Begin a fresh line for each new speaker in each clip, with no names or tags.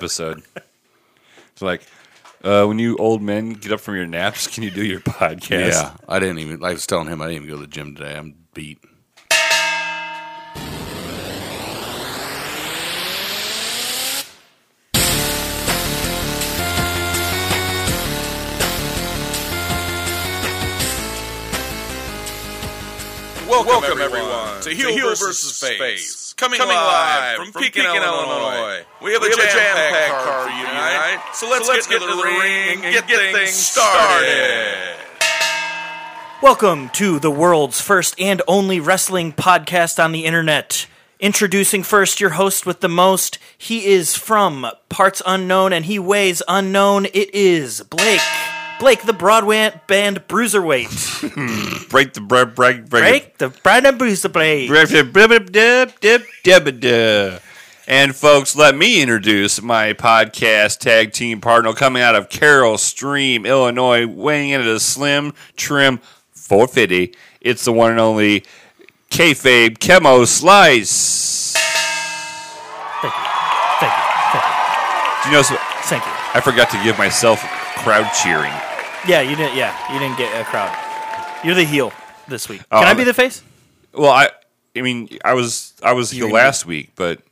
episode. It's like, uh, when you old men get up from your naps, can you do your podcast?
Yeah, I didn't even. I was telling him I didn't even go to the gym today. I'm beat.
Welcome, everyone, to Heel, versus, Face, coming, live from Pekin, Illinois. We have a jam-packed card for you tonight, so let's, get, into the ring and get things started.
Welcome to the world's first and only wrestling podcast on the internet. Introducing first your host with the most. He is from parts unknown and he weighs unknown. It is Blake. Blake, the Broadway band bruiserweight.
Break the break, break, break.
Blake, the Brandon bruiserweight.
break. And folks, let me introduce my podcast tag team partner coming out of Carroll Stream, Illinois, weighing in at a slim, trim 450. It's the one and only kayfabe chemo slice.
Thank you. Thank you.
Do you know? so-
Thank you.
I forgot to give myself crowd cheering.
Yeah, you didn't. Yeah, you didn't get a crowd. You're the heel this week.
Oh,
Can I
I'm
be
the-
the face?
Well, I I mean I was I was heel
can
last week, but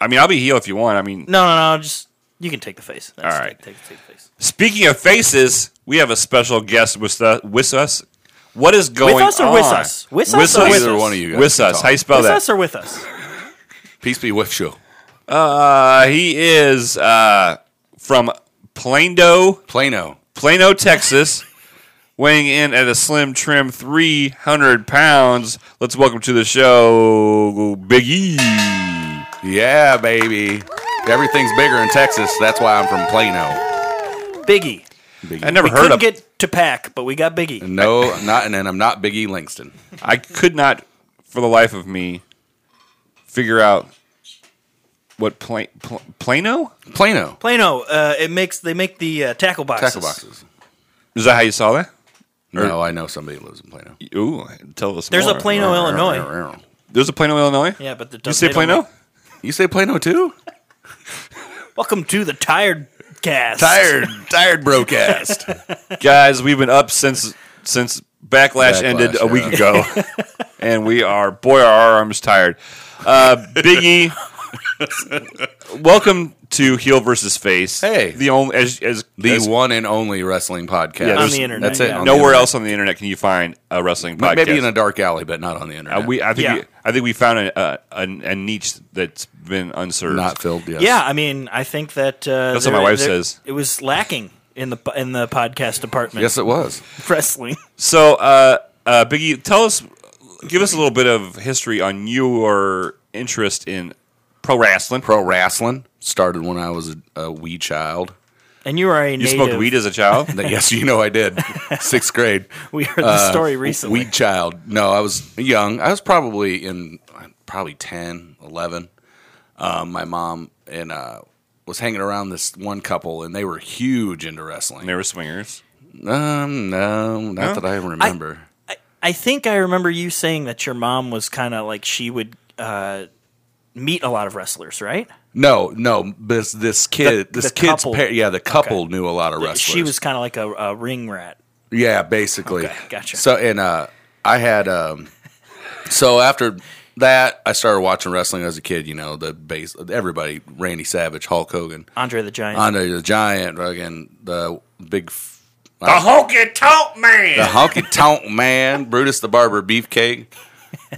I mean I'll be heel if you want. I mean
No, no, no. Just you can take the face. That's
All right.
Take, take the face.
speaking of faces, we have a special guest with us with us. What is going
us or
on?
with us? With us or with
Either us? one of you guys
With
can
us.
talk.
How you spell
with
that?
us or with us?
Peace be with you.
Uh, he is uh, from Plano,
Plano.
Plano, Texas, weighing in at a slim trim 300 pounds. Let's welcome to the show Big E.
Yeah, baby. Everything's bigger in Texas. That's why I'm from Plano.
Biggie.
I never
We
heard
couldn't
of.
get to pack, but we got E. Biggie.
No, not and I'm not Biggie Langston.
I could not, for the life of me, figure out what pla- pl- Plano
Plano.
Plano. Uh, it makes they make the uh, tackle boxes.
Tackle boxes.
Er- is that how you saw that?
No, I know somebody who lives in Plano.
Ooh, tell us.
There's a
more.
Plano, Illinois.
There's a Plano, Illinois.
Yeah, but the
you say
they don't
Plano?
make-
You say Plano too?
welcome to the tired cast.
Tired, tired broadcast.
Guys, we've been up since since backlash,
Backlash,
ended a week ago,
yeah.
and we are boy are our arms tired. Uh, Biggie, welcome to Heel versus Face.
Hey.
the only as as
The
as
one and only wrestling podcast.
Yeah, On
the internet,
That's it.
yeah.
on the
nowhere
internet.
else on the internet can you find a wrestling podcast.
Maybe in a dark alley, but not on the
Uh,
internet.
we, I think,
Yeah.
we, I think we found a, a, a, a niche that's been unserved.
not filled yet.
Yeah, I mean, I think that uh,
That's what
there-
my wife
there-
says.
It was lacking in the in the podcast department.
Yes, it was.
wrestling.
So, uh, uh, Biggie, tell us, give us a little bit of history on your interest in pro wrestling.
Pro wrestling started when I was a, a wee child.
And you are a
you smoked weed as a child.
That- yes, you know I did. Sixth grade.
We heard the
Uh,
story recently.
Uh, Weed child. No, I was young. I was probably in probably 10, 11. Um, my mom and uh, was hanging around this one couple, and they were huge into wrestling.
and they were swingers.
Um, no, not that I remember.
I, I think I remember you saying that your mom was kind of like she would uh, meet a lot of wrestlers, right?
no, no. This this kid,
The-
this
the
kid's
couple.
par- yeah, the couple knew a lot of wrestlers.
She was kind of like a, a ring rat.
Yeah, basically.
Okay, gotcha.
So and uh I had um so after that I started watching wrestling as a kid, you know, the base everybody, Randy Savage, Hulk Hogan,
Andre the Giant.
Andre the Giant, fucking the big f-
The honky tonk man.
the honky tonk man, Brutus the Barber Beefcake,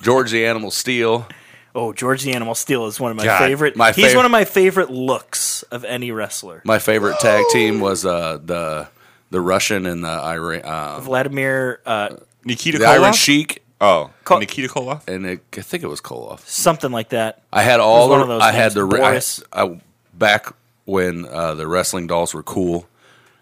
George the Animal Steel.
oh, George the Animal Steel is one of my
God,
favorite.
my
he's
fav-
one of my favorite looks of any wrestler.
My favorite tag team was uh the the Russian and the Iran uh,
Vladimir uh,
Nikita
the
Koloff.
Iron Sheik
oh,
Ko-
Nikita Koloff.
and it, I think it was Koloff.
something like that.
I had all
It was one
the,
of those
I had
names,
the re-
Boris.
I, I- back when uh, the wrestling dolls were cool.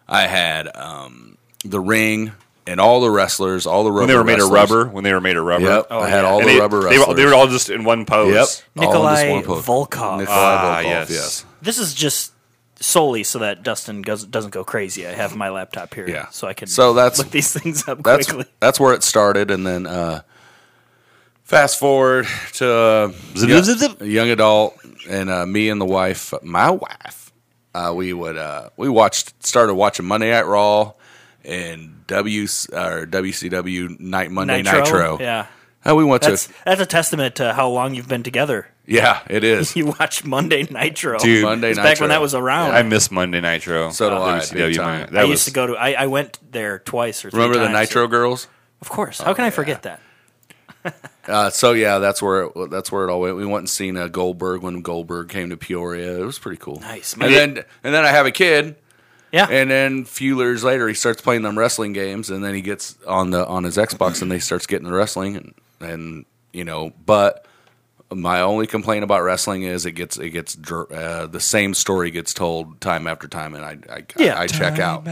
I had um, the ring and all the wrestlers, all the rubber
When they were made of
wrestlers.
rubber. When they were made of rubber.
Yep, I had
Oh, yeah.
all
And
the
they,
rubber
they
wrestlers.
were, they were all just in one pose.
yep, all in this
Nikolai
one pose.
Volkov.
Nikolai
Ah,
Volkov,
yes.
yes.
This is just solely so that Dustin goes, doesn't go crazy. I have my laptop here,
Yeah.
so I can
So that's-
look these things up
That's
quickly.
that's where it started, and then uh, fast forward to uh,
Zip,
yo-
zip, zip, zip.
young adult, and uh, me and the wife, my wife, uh, we would uh, we watched started watching Monday Night Raw and W or WCW Night Monday
Nitro.
Nitro.
Yeah.
Uh, we went
That's
to
that's a testament to how long you've been together.
yeah, it is.
You watch Monday Nitro.
Dude,
Monday
it's
Nitro.
back when that was around.
I miss Monday Nitro. Uh,
So do I, big time.
Monday.
I
That was,
used to go to. I, I went there twice or three
Remember the
times.
Nitro Oh, girls?
Of course. How can I forget that?
Uh, so yeah, that's where it, that's where it all went. We went and seen uh, Goldberg when Goldberg came to Peoria. It was pretty cool.
Nice, man.
And then and then I have a kid,
Yeah.
and then a few years later he starts playing them wrestling games, and then he gets on the on his Xbox and they starts getting the wrestling and and you know. But my only complaint about wrestling is it gets it gets dr- uh, the same story gets told time after time, and I I,
Yeah.
I, check out.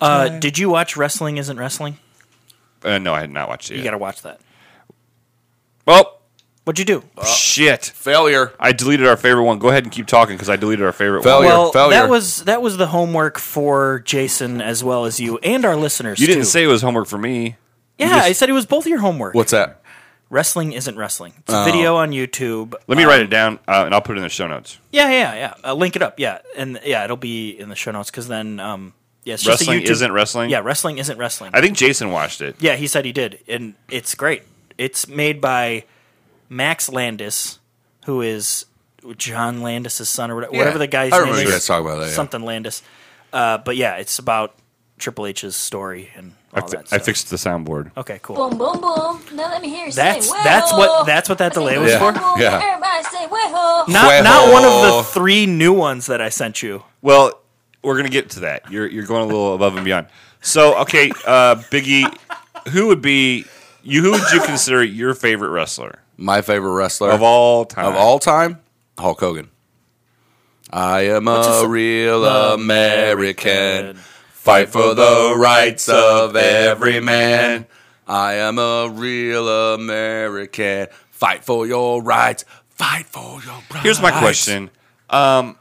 uh, did you watch Wrestling Isn't Wrestling?
uh, no, I had not watched it.
You
Yet.
got to watch that.
well,
What'd you do?
Oh, shit.
Failure.
I deleted our favorite one. Go ahead and keep talking because I deleted our favorite
Failure.
one.
well,
failure.
that was that was the homework for Jason as well as you and our listeners.
You didn't
too.
say it was homework for me.
Yeah, I said it was both your homework.
What's that?
Wrestling isn't wrestling. It's a video on YouTube.
Oh. Let me write it down uh, and I'll put it in the show notes.
Yeah, yeah, yeah. Uh, link it up. Yeah, and yeah, it'll be in the show notes because then, um, yeah, it's
Wrestling
just a YouTube.
isn't wrestling.
Yeah, wrestling isn't wrestling.
I think Jason watched it.
yeah, he said he did, and it's great. It's made by Max Landis, who is John Landis' son or whatever, whatever the guy's
I
name
remember
is.
you guys talking about that, yeah.
Something Landis. Uh, but yeah, it's about Triple H's story and
I,
all
fi-
that.
I
Stuff.
fixed the soundboard.
Okay, cool.
Boom, boom, boom. Now let me hear you
That's-
say, "Whoa."
that's what- that's what that
I say,
delay
was
"Boom,
for?
boom, boom."
Yeah.
Everybody say, "Whoa."
Not, not
Huevo.
one of the three new ones that I sent you.
Well, we're gonna get to that. You're you're going a little above and beyond. So okay, uh, Biggie, who would be you? Who would you consider your favorite wrestler
My favorite wrestler
of all time?
of all time, Hulk Hogan. I am a real American. Fight for the rights of every man. I am a real American. Fight for your rights. Fight for your rights.
Here's my question. Um,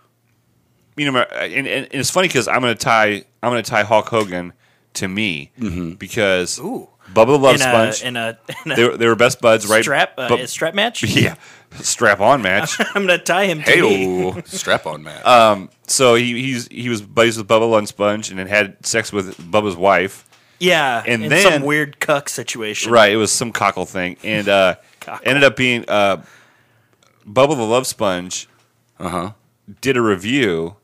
you know, my- and, and, and it's funny because I'm gonna tie I'm gonna tie Hulk Hogan to me because Bubba the Love
Mm-hmm. In a,
Oh, Sponge.
in a, in a
they, were, they were best buds, right?
strap uh,
Bu-
a strap match.
yeah, strap on match.
I'm gonna tie him to me.
Hey, strap on, man.
Uh,
so he he's he was buddies with Bubba Love Sponge and then had sex with Bubba's wife.
Yeah,
And
in
then-
some weird cuck situation.
Right, it was some cockle thing, and uh,
Cockle.
ended up being uh, Bubble the Love Sponge.
Uh-huh.
Did a review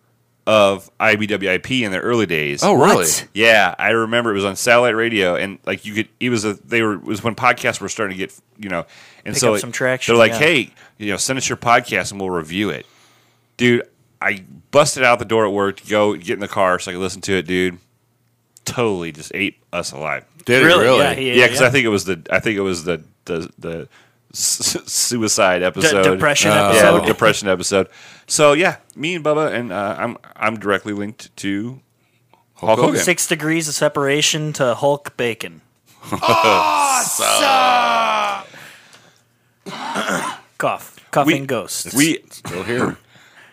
of IBWIP in the early days.
oh, really?
What?
yeah, I remember it was on satellite radio, and like you could, it was a they were it was when podcasts were starting to get you know, and
Pick
so
up
like,
some traction,
They're like,
yeah.
hey, you know, send us your podcast and we'll review it, dude. I busted out the door at work to go get in the car so I could listen to it, dude. Totally just ate us alive.
Did
Really?
it really?
Yeah, he-
Yeah, because I think it was the I think it was the the the s- s- suicide episode,
depression
Yeah,
episode.
depression episode. So yeah, me and Bubba, and uh, I'm I'm directly linked to Hulk, Hogan.
Six degrees of separation to Hulk Bacon. Cough, coughing ghosts.
We
Still here.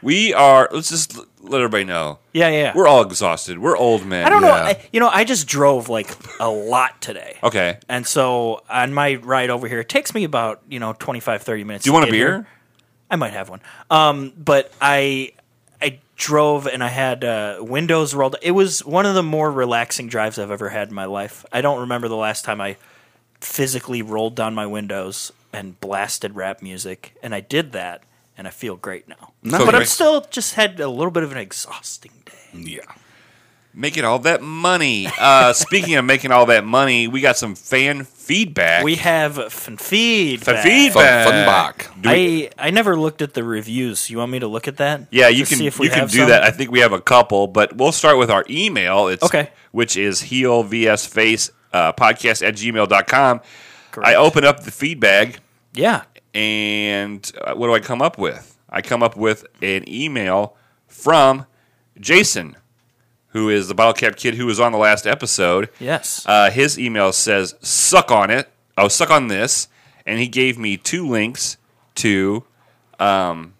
we are. Let's just l- let everybody know
yeah, yeah.
we're all exhausted. We're old men.
I don't know.
Yeah.
I, you know, I just drove like a lot today.
Okay.
And so on my ride over here, it takes me about, you know, 25, 30 minutes.
Do you want a
get here.
beer?
I might have one. Um, but I I drove and I had uh, windows rolled. It was one of the more relaxing drives I've ever had in my life. I don't remember the last time I physically rolled down my windows and blasted rap music, and I did that, and I feel great now. But I'm
Nice.
still just had a little bit of an exhausting day.
Yeah.
Making all that money. Uh, speaking of making all that money, we got some fan feedback.
We have f- feedback.
feedback.
Fun, fun back.
Do we-
I I never looked at the reviews. You want me to look at that?
Yeah, you
To
can
see if we
you can
have
do
some?
that. I think we have a couple, but we'll start with our email. It's
Okay.
which is heel vs face uh, podcast at gmail.com.
Correct.
I open up the feedback
Yeah.
and uh, what do I come up with? I come up with an email from Jason, who is the bottle cap kid who was on the last episode.
Yes.
Uh, his email says, suck on it. Oh, suck on this. And he gave me two links to um,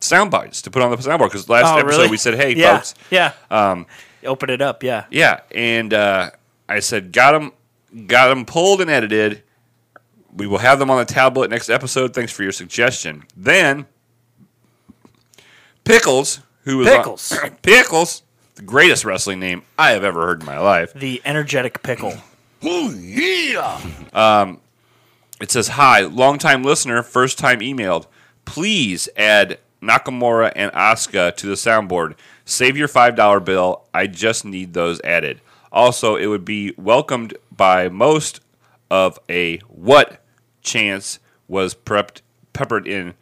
sound bites to put on the soundboard because last
Oh,
episode
really?
we said, hey,
yeah,
folks. Um,
Yeah. Open it up. Yeah.
Yeah. And uh, I said, got them, got them pulled and edited. We will have them on the tablet next episode. Thanks for your suggestion. Then, Pickles, who was on-
Pickles.
Pickles, the greatest wrestling name I have ever heard in my life.
The energetic pickle.
It says, Hi, longtime listener, first time emailed. Please add Nakamura and Asuka to the soundboard. Save your $5 bill. I just need those added. Also, it would be welcomed by most of a what chance was prepped peppered in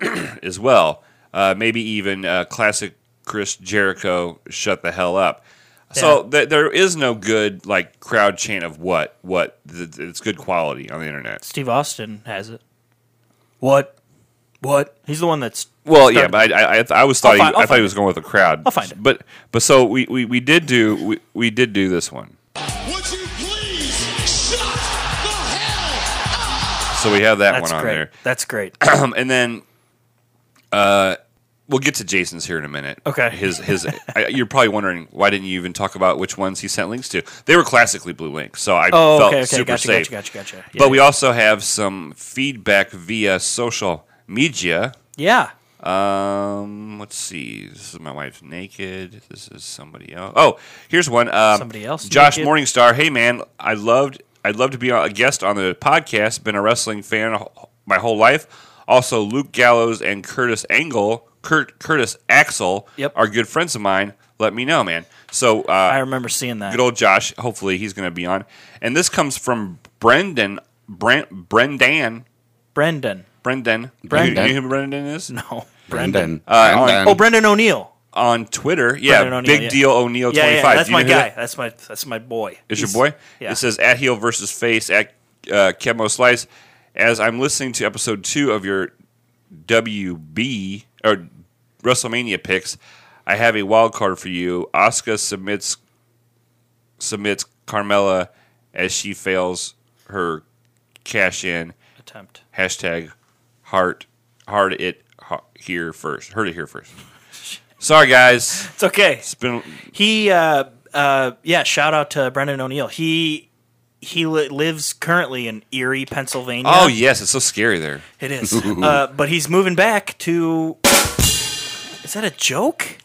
as well. Uh, maybe even uh, classic Chris Jericho, shut the hell up. So th- there is no good like crowd chant of what what. Th- th- it's good quality on the internet.
Steve Austin has it. What? What? He's the one that's
Well, yeah, but I, I, I was thought
I'll
he,
find- I'll
I thought
find
he was going with the crowd.
I'll find it.
But but so we, we, we did do we, we did do this one.
Would you please shut the hell up?
So we have that
that's
one on
great.
there.
That's great.
Um, and then uh, we'll get to Jason's here in a minute.
Okay.
His his. I, you're probably wondering why didn't you even talk about which ones he sent links to? They were classically blue links, so I
Oh,
felt
okay, okay,
super
gotcha,
safe.
gotcha, gotcha, gotcha. Yeah,
but we also have some feedback via social media.
yeah.
Um, let's see. This is my wife's naked. This is somebody else. Oh, here's one. Um,
Somebody else
Josh
naked.
Morningstar. Hey man, I loved. I'd love to be a guest on the podcast. Been a wrestling fan wh- my whole life. Also, Luke Gallows and Curtis Angle, Kurt, Curtis Axel,
Yep.
are good friends of mine. Let me know, man. So uh,
I remember seeing that.
good old Josh. Hopefully, he's going to be on. And this comes from Brendan. Brent, Brendan.
Brendan.
Brendan.
Brendan.
You, know who Brendan is?
No.
Brendan.
Brendan.
Oh, Brendan O'Neill.
on Twitter. Yeah,
Brendan O'Neill,
Big
yeah.
Deal O'Neill
Yeah,
twenty
yeah,
five.
that's my guy. That's my that's my boy.
Is
He's-
your boy?
Yeah.
It says at heel versus face at uh, Chemo Slice. As I'm listening to episode two of your WB or WrestleMania picks, I have a wild card for you. Asuka submits submits Carmella as she fails her cash in.
attempt.
Hashtag heart hard it ha- here first. Heard it here first. Sorry guys,
It's okay.
it's been
He, uh, uh, yeah, shout out to Brendan O'Neill. He he li- lives currently in Erie, Pennsylvania.
Oh yes, it's so scary there.
it is. uh, but he's moving back to. Is that a joke?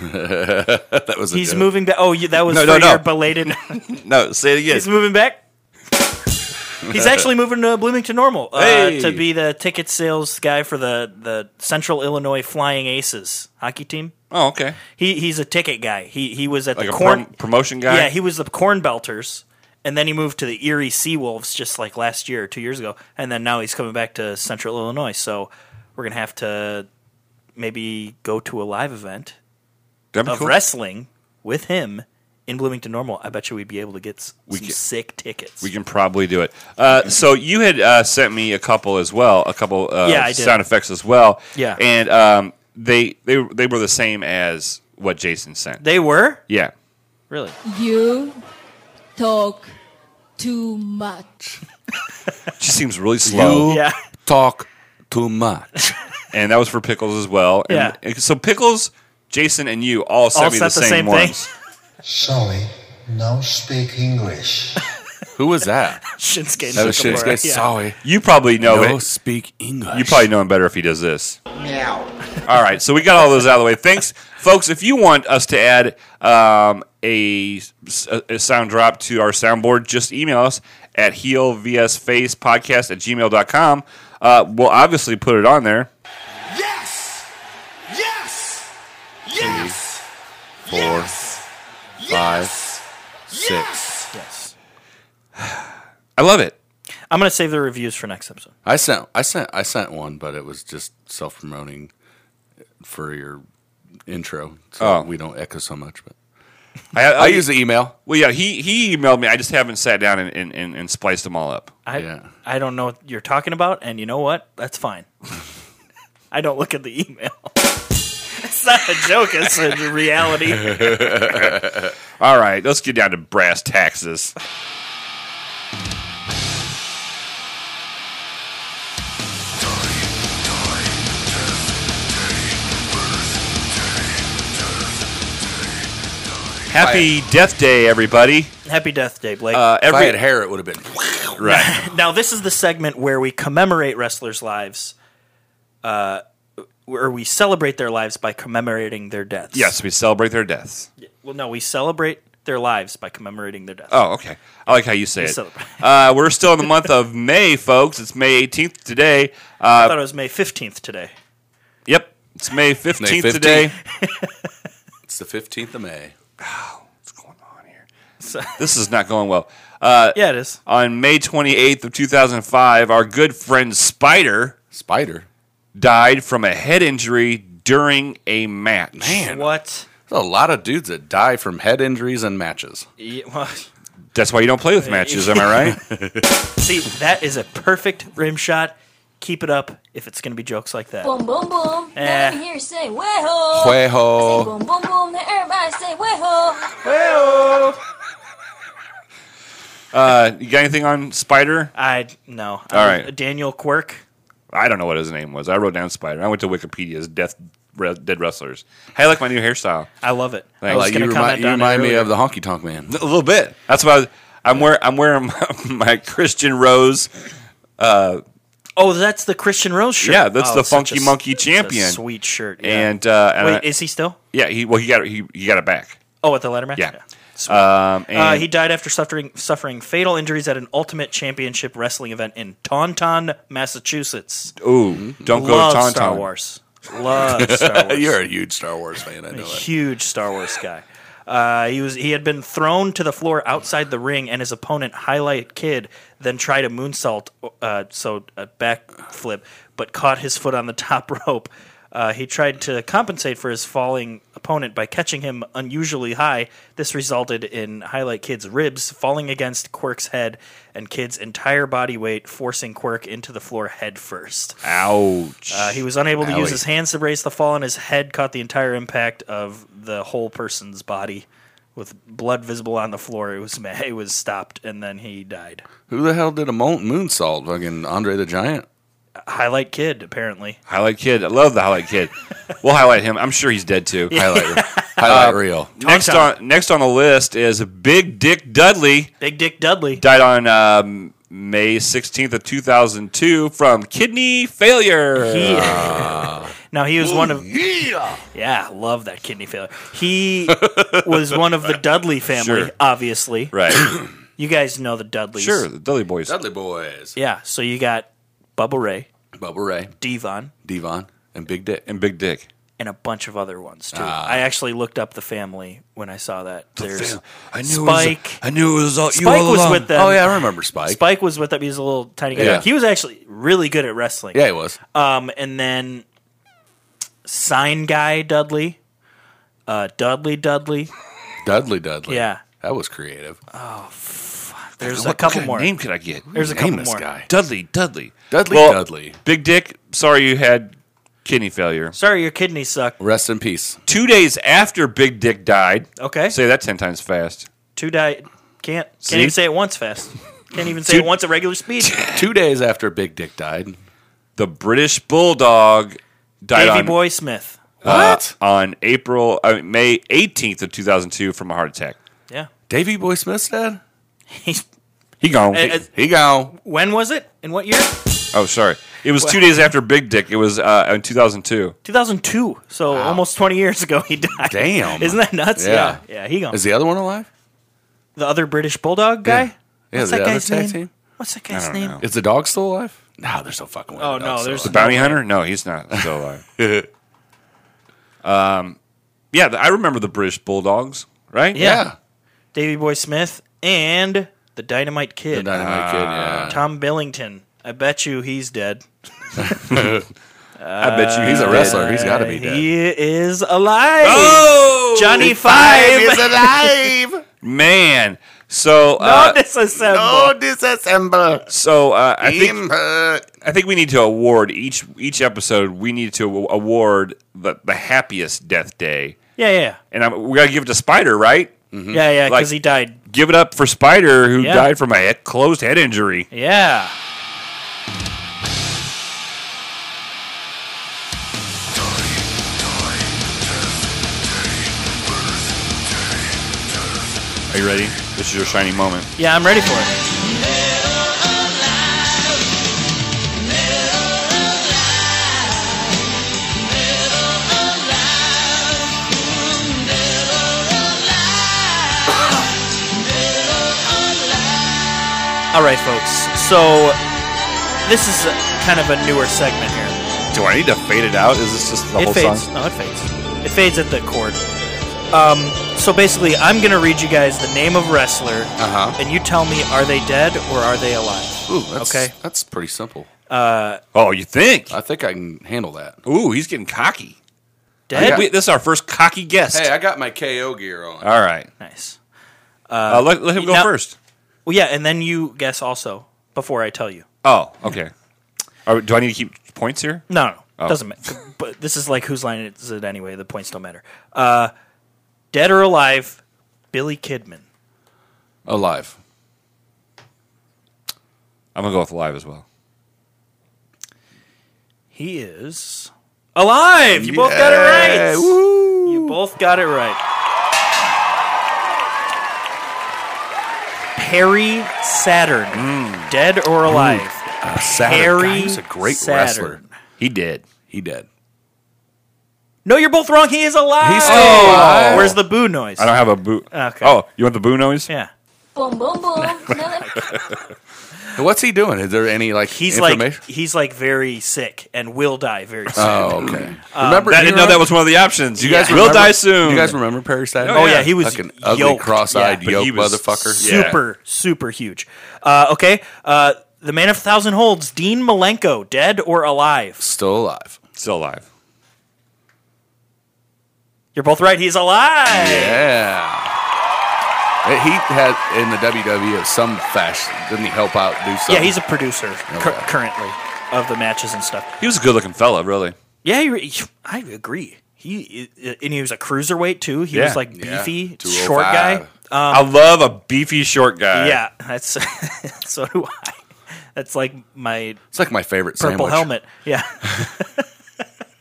that was a
He's
joke.
moving back. Oh, you- that was
No,
for
no, no.
your belated.
No, say it again.
he's moving back. He's actually moving to Bloomington Normal uh,
Hey.
to be the ticket sales guy for the, the Central Illinois Flying Aces hockey team.
oh, okay.
He he's a ticket guy. He he was at
Like
the
a
corn
prom- promotion guy.
Yeah, he was the Corn Belters, and then he moved to the Erie Seawolves just like last year or two years ago, and then now he's coming back to Central Illinois. So we're gonna have to maybe go to a live event
That'd be
of
cool.
wrestling with him in Bloomington Normal. I bet you we'd be able to get s-
We
some
ca-
sick tickets.
We can probably do it. Uh, so you had uh, sent me a couple as well, a couple uh,
Yeah, I did.
sound effects as well.
Yeah.
and um, they they they were the same as what Jason sent.
they were
yeah,
really.
You talk too much.
she seems really slow,
Oh, Yeah.
talk too much.
and that was for Pickles as well. And-
Yeah.
and so Pickles, Jason, and you all sent
All
me
sent the
the same,
same thing.
ones.
Sorry, no speak English.
Who was that?
Shinsuke
That was
Nakamura,
Shinsuke.
yeah.
Sorry.
You probably know
No
it.
speak English.
You probably know him better if he does this. All right, so we got all those out of the way. Thanks, folks. If you want us to add um, a, a sound drop to our soundboard, just email us at heelvsfacepodcast at gmail.com. Uh, we'll obviously put it on there.
Yes! Yes! Yes!
Four,
yes!
five,
yes!
six.
Yes.
I love it.
I'm gonna save the reviews for next episode.
I sent I sent I sent one, but it was just self promoting for your intro, so
Oh.
we don't echo so much. But
I, I,
I use the email.
Well, yeah, he, he emailed me. I just haven't sat down and, and, and, and spliced them all up.
I
Yeah.
I don't know what you're talking about, and you know what? That's fine. I don't look at the email. it's not a joke. It's a reality.
All right, let's get down to brass taxes. Happy Death Day, everybody!
Happy Death Day, Blake.
Uh,
If I
every
had hair, it would have been.
right,
now this is the segment where we commemorate wrestlers' lives. Uh, or we celebrate their lives by commemorating their deaths.
Yes, we celebrate their deaths.
Well, no, we celebrate their lives by commemorating their deaths.
Oh, okay. I like how you say it.
celebrate.
Uh, we're still in the month of May, folks. It's May 18th today.
I
Uh,
thought it was May 15th today.
yep, it's May 15th,
15th.
today.
It's the 15th of May.
What's going on here? This is not going well. Uh,
Yeah, it is.
on May 28th of 2005, our good friend Spider
Spider.
died from a head injury during a match.
Man,
What?
there's a lot of dudes that die from head injuries and matches.
Yeah, well,
That's why you don't play with matches, am I right?
see, that is a perfect rim shot. Keep it up if it's going to be jokes like that.
Boom, boom, boom.
Eh.
Now I'm here say, way-ho. Say,
Cuejo.
boom, boom, boom. Now everybody say, way-ho.
Uh, you got anything on Spider?
I no.
All right.
Daniel Quirk.
I don't know what his name was. I wrote down Spider. I went to Wikipedia's Death Re- Dead Wrestlers. Hey, I like my new hairstyle.
I love it. I
Thanks.
was
Like, you
going to
remind,
comment
you
on it
remind me
earlier.
of the honky tonk man.
A little bit. That's why I was, I'm wearing. I'm wearing my, my Christian Rose.
Oh, that's the Christian Rose shirt.
Yeah, that's
Oh,
the
it's such
Funky
s-
Monkey
it's a
champion.
sweet shirt. yeah.
And uh, and
wait,
I-
is he still?
yeah, he well he got it. He, he got it back.
Oh, at the letter match.
Yeah.
Sweet.
Um, and
Uh, he died after suffering suffering fatal injuries at an Ultimate Championship wrestling event in Taunton, Massachusetts.
ooh, don't go
Love
to Tauntaun.
Star Wars. Love Star Wars.
You're a huge Star Wars fan, I know it.
huge Star Wars guy. Uh, he was he had been thrown to the floor outside the ring, and his opponent Highlight Kid then tried a moonsault, uh, so a backflip, but caught his foot on the top rope. Uh, he tried to compensate for his falling opponent by catching him unusually high. This resulted in Highlight Kid's ribs falling against Quirk's head and Kid's entire body weight, forcing Quirk into the floor head first.
Ouch.
Uh, he was unable to use
Owie.
his hands to brace the fall, and his head caught the entire impact of the whole person's body, with blood visible on the floor. It was it was stopped, and then he died.
Who the hell did a mo- moonsault? Fucking Andre the Giant?
Highlight kid, apparently.
highlight kid. I love the highlight kid. we'll highlight him. I'm sure he's dead too.
Highlight, highlight
Uh,
reel.
Next on next on the list is Big Dick Dudley.
Big Dick Dudley.
died on um, May 16th of 2002 from kidney failure.
He- now he was one of yeah, love that kidney failure. He was one of the Dudley family,
Sure.
obviously.
right.
You guys know the Dudleys,
sure, the Dudley Boys.
Dudley Boys.
Yeah, so you got Bubba Ray,
Bubba Ray,
Devon,
Devon, and Big Dick.
And Big Dick.
and a bunch of other ones too. I actually looked up the family when I saw that. There's
I
knew it was- Spike. I
knew it was all,
Spike was with them.
Oh, yeah, I remember Spike.
Spike was with them. He was a little tiny guy.
Yeah.
He was actually really good at wrestling.
Yeah, he was.
Um, and then sign guy Dudley, uh, Dudley Dudley.
Dudley Dudley.
Yeah.
That was creative.
There's a
What
couple
kind of
more.
name could I get?
There's a
Name
couple
this
more.
guy.
Dudley, Dudley.
Dudley
Well,
Dudley.
Big Dick, sorry you had kidney failure.
Sorry, your kidneys suck.
Rest in peace.
Two days after Big Dick died.
Okay,
Say that 10 times fast.
two die. Can't can't
See?
even say it once fast. Can't even say
Two-
it once at regular speed.
Two days after Big Dick died.
The British Bulldog died
Davy
on,
Boy Smith.
uh,
What?
on April uh, May 18th of 2002 from a heart attack.
Yeah.
Davy Boy Smith's dad?
He's,
He gone.
Eh, eh,
He gone.
when was it? In what year?
Oh, sorry. It was two days after Big Dick. It was uh, in 2002.
2002. So almost 20 years ago he died.
Damn.
Isn't that nuts?
Yeah.
Yeah. Yeah, he gone.
Is the other one alive?
the other British bulldog guy?
Yeah. Yeah,
What's
the
that
other
guy's
tag
name?
team?
What's that guy's
don't
name?
know.
Is the dog still alive? No, there's no fucking way.
Oh,
the
no,
dog's still
there's-
The
alive.
bounty hunter? No, he's not still alive. um, yeah, th- I remember the British Bulldogs, right?
Yeah.
Davy Boy Smith and the Dynamite
The
Kid. Uh,
Dynamite Kid, yeah.
Tom Billington. I bet you he's dead.
I bet you
He's a
did.
wrestler. He's got to be dead.
Uh, He is alive.
Oh,
Johnny Five.
alive.
man. So,
Don't
uh,
disassemble.
Oh, disassemble.
so uh, I think
hurt.
I think we need to award each each episode. We need to aw- award the the happiest death day,
Yeah, yeah.
and I'm, we gotta give it to Spider, right?
Mm-hmm.
Yeah, yeah,
Like-
because he died.
Give it up for Spider, who
Yeah.
died from a head, closed head injury.
Yeah.
Are you ready? This is your shining moment.
Yeah, I'm ready for it. All right, folks. So this is a, kind of a newer segment here.
Do I need to fade it out? Is this just the
It
whole
fades.
song?
No, it fades. It fades at the chord. Um, so basically, I'm gonna read you guys the name of wrestler,
Uh
Uh-huh.
huh.
and you tell me are they dead or are they alive?
Ooh, that's,
Okay.
That's pretty simple.
Oh, you think?
I think I can handle that.
Ooh, he's getting cocky.
Dead.
got-
We- this is our first cocky guest.
Hey, I got my KO gear on.
All right.
Nice.
Uh, let, let him go
now-
first.
Well, yeah, and then you guess also before I tell you.
Oh, okay. Are, do I need to keep points here?
No, no, no.
Oh.
doesn't matter. but this is like whose line is it anyway? The points don't matter. Uh, dead or alive, Billy Kidman.
Alive.
I'm going to go with live as well.
He is alive. You both got it right. You both got it right. Perry Saturn,
Mm.
dead or alive?
Uh, Saturn.
Harry
God, he's a great
Saturn.
wrestler.
He did.
He dead.
No, you're both wrong. He is alive.
He's still Oh. alive.
Where's the boo noise?
I don't have a boo.
Okay.
Oh, you want the boo noise?
yeah,
Boom, boom, boom.
What's he doing? Is there any like
he's like
information?
he's like very sick and will die very soon.
oh, okay. remember?
That,
you
no, that
remember-
was one of the options. You
you
guys will
remember-
die soon.
You guys remember Perry Saturn?
Oh, yeah, he was
fucking ugly,
yoked.
cross-eyed
Yeah. But
yoke
he was
motherfucker.
Yeah.
super super huge. Uh, okay, uh, the man of a thousand holds, Dean Malenko, dead or alive?
Still alive.
Still alive.
You're both right. He's alive.
Yeah. Eh, He had in the WWE of some fashion. Didn't he help out do something?
Yeah, he's a producer cur-
Okay.
currently of the matches and stuff.
He was a good looking fella, really.
Yeah, you I agree. He uh, and he was a cruiserweight too. He
Yeah.
was like
Yeah,
beefy, short guy.
205.
I love a beefy short guy.
Yeah, that's so do I. That's like my
It's like my favorite
purple
sandwich.
helmet. Yeah,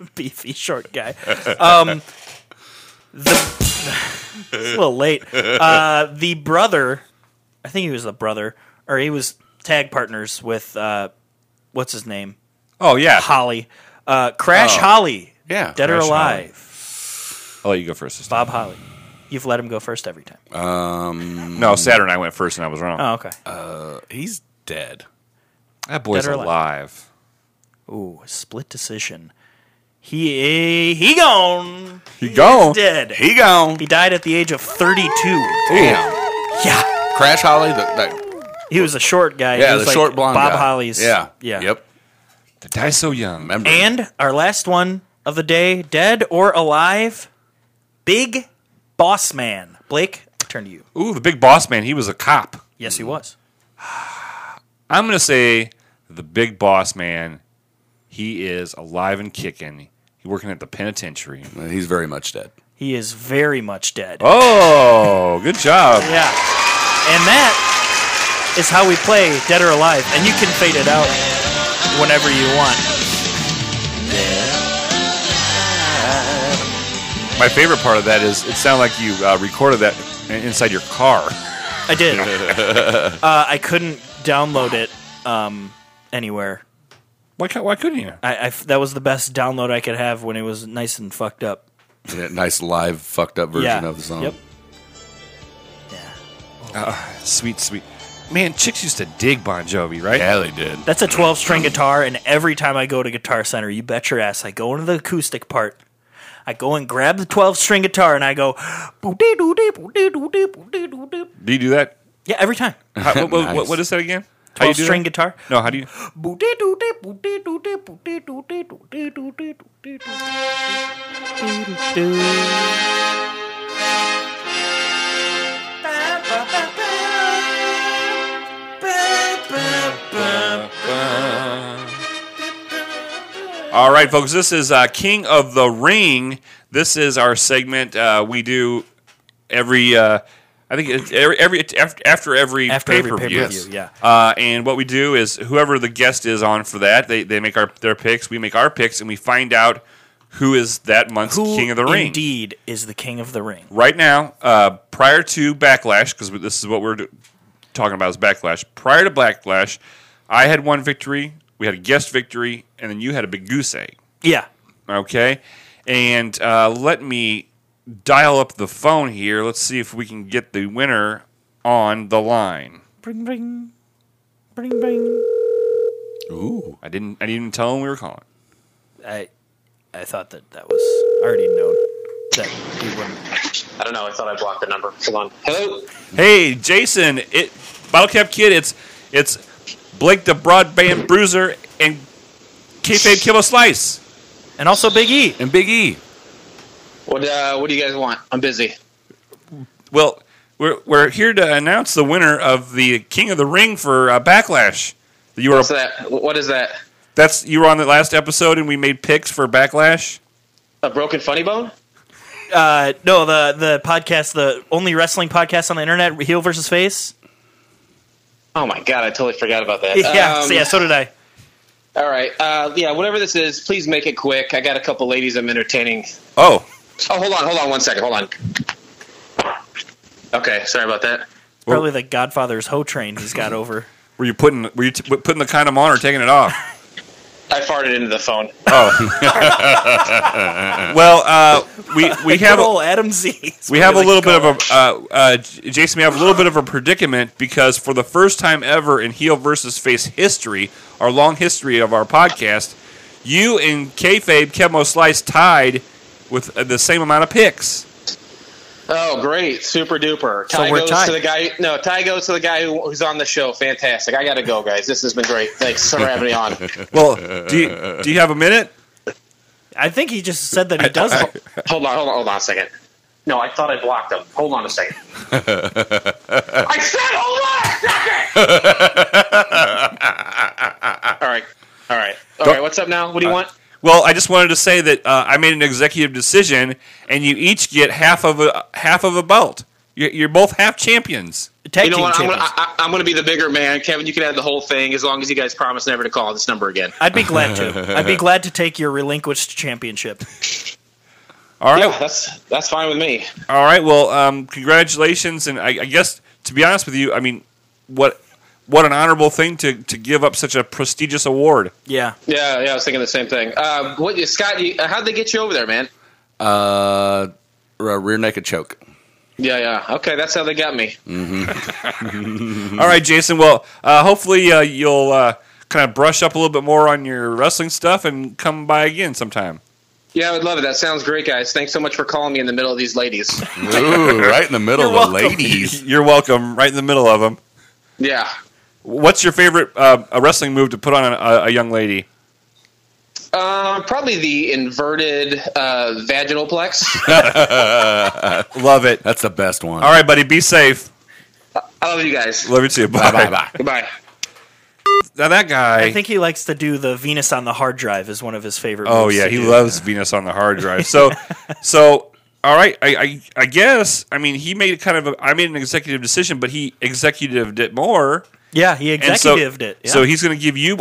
beefy short guy. Um, the it's a little late. Uh, the brother, I think he was the brother, or he was tag partners with uh, what's his name.
Oh, yeah.
Holly. Uh, Crash
Oh.
Holly.
Yeah,
Dead or
Crash
alive.
I'll let you go first. this time.
Bob Holly. You've let him go first every time.
No, Saturn, I went first and I was wrong.
Oh, okay.
He's dead.
that boy's
Dead or alive?
alive.
Ooh, split decision. He he gone.
He gone.
Dead. He,
Oh. He gone.
died at the age of 32.
Damn.
Yeah.
Crash Holly. The, that,
He was a short guy.
yeah,
he was
the
like
short blonde
Bob
guy.
Holly's.
Yeah.
Yeah.
Yep.
The die's so young.
Remember.
And our last one of the day, dead or alive, Big Boss Man. Blake, I turn to you.
Ooh, the big boss man. He was a cop.
Yes, he was.
I'm going to say the big boss man. He is alive and kicking. He's working at the penitentiary.
He's very much dead.
He is very much dead.
Oh, good job.
Yeah. And that is how we play Dead or Alive. And you can fade it out whenever you want.
My favorite part of that is it sounded like you uh, recorded that in- inside your car.
I did. uh, I couldn't download it um, anywhere.
Why, cou- why couldn't you?
I, I f- that was the best download I could have when it was nice and fucked up.
Yeah, nice live fucked up version
yeah.
of the song.
Yep.
Sweet, sweet. Man, chicks used to dig Bon Jovi, right?
Yeah, they did.
That's a 12 string guitar, and every time I go to Guitar Center, you bet your ass, I go into the acoustic part. I go and grab the 12 string guitar, and I go.
Do you do that?
Yeah, every time.
How, what, what-
Nice.
what- what is that again? How you
12
do
Oh, string
that?
guitar.
No, how do you? All right, folks. This is uh, King of the Ring. This is our segment uh, we do every. Uh, I think it's every, every after, after every
After
pay
every
per view.
pay-per-view, yeah.
Uh, and what we do is whoever the guest is on for that, they, they make our their picks. We make our picks, and we find out who is that month's
Who
King of the Ring.
Indeed, is the King of the Ring.
right now, uh, prior to Backlash, because this is what we're do- talking about is Backlash. Prior to Backlash, I had one victory, we had a guest victory, and then you had a big goose egg.
Yeah.
Okay, and uh, let me dial up the phone here. Let's see if we can get the winner on the line.
Bring, bring. Bing, bing.
Ooh.
I didn't. I didn't even tell him we were calling.
I, I thought that that was already known. That we wouldn't.
I don't know. I thought I blocked the number. Hold on. Hello.
Hey, Jason, it Battlecap Kid, it's it's Blake the Broadband Bruiser and Kayfabe Kibble Slice.
And also Big E.
And Big E.
What uh, What do you guys want? I'm busy.
Well, we're we're here to announce the winner of the King of the Ring for uh, Backlash. You were
What's that? What is that?
that's you were on the last episode, and we made picks for Backlash.
A broken funny bone?
Uh, no, the the podcast, the only wrestling podcast on the internet, heel versus face.
Oh my god! I totally forgot about that.
yeah,
Um,
so, yeah. So did I.
All right. Uh, yeah. Whatever this is, please make it quick. I got a couple ladies I'm entertaining.
Oh,
Oh, hold on. Hold on. One second. Hold on. Okay. Sorry about that.
Probably the Godfather's hoe train he's got over.
were you putting were you t- putting the condom on or taking it off?
I farted into the phone.
well, uh, we we have
Good old Adam Z.
we have a little bit of a uh, uh, J- Jason. We have a little bit of a predicament because for the first time ever in heel versus face history, our long history of our podcast, you and kayfabe Kemo Slice tied with uh, the same amount of picks.
Oh, great! Super duper.
So
Ty
we're
goes
tied.
to the guy. No, Ty goes to the guy who, who's on the show. Fantastic. I gotta go, guys. This has been great. Thanks for having me on.
Well, do you, do you have a minute?
I think he just said that he doesn't.
Hold on. Hold on. Hold on a second. No, I thought I blocked him. Hold on a second. I said hold on. a second! all right. All right. All right. What's up now? What do you want?
Well, I just wanted to say that uh, I made an executive decision, and you each get half of a half of a belt. You're, you're both half champions.
Tag
You know
team
what? I'm gonna,
champions.
I, I- I'm gonna be the bigger man, Kevin. You can have the whole thing as long as you guys promise never to call this number again.
I'd be glad to. I'd be glad to take your relinquished championship.
All right,
Yeah, that's that's fine with me.
all right. Well, um, congratulations, and I, I guess to be honest with you, I mean, what what an honorable thing to to give up such a prestigious award.
Yeah.
Yeah, yeah, I was thinking the same thing. Uh, what, Scott? You, how'd they get you over there, man?
Uh, re- rear naked choke.
Yeah, yeah. Okay, that's how they got me.
All right, Jason. Well, uh, hopefully uh, you'll uh, kind of brush up a little bit more on your wrestling stuff and come by again sometime.
Yeah, I would love it. That sounds great, guys. Thanks so much for calling me in the middle of these ladies.
Ooh, right in the middle
You're
of the
welcome.
ladies.
You're welcome. Right in the middle of them.
yeah.
What's your favorite uh, a wrestling move to put on a, a young lady?
Um, probably the inverted uh, vaginal plex.
Love it.
That's the best one.
All right, buddy. Be safe.
I love you guys.
Love you too. Bye.
Bye bye bye.
Goodbye.
Now that guy.
I think he likes to do the Venus on the hard drive is one of his favorite.
oh
moves
yeah,
to
he
do.
loves Venus on the hard drive. So, so all right. I, I I guess. I mean, he made kind of. A, I made an executive decision, but he executived it more.
Yeah, he
And so-
executived it. Yeah.
So he's going to give you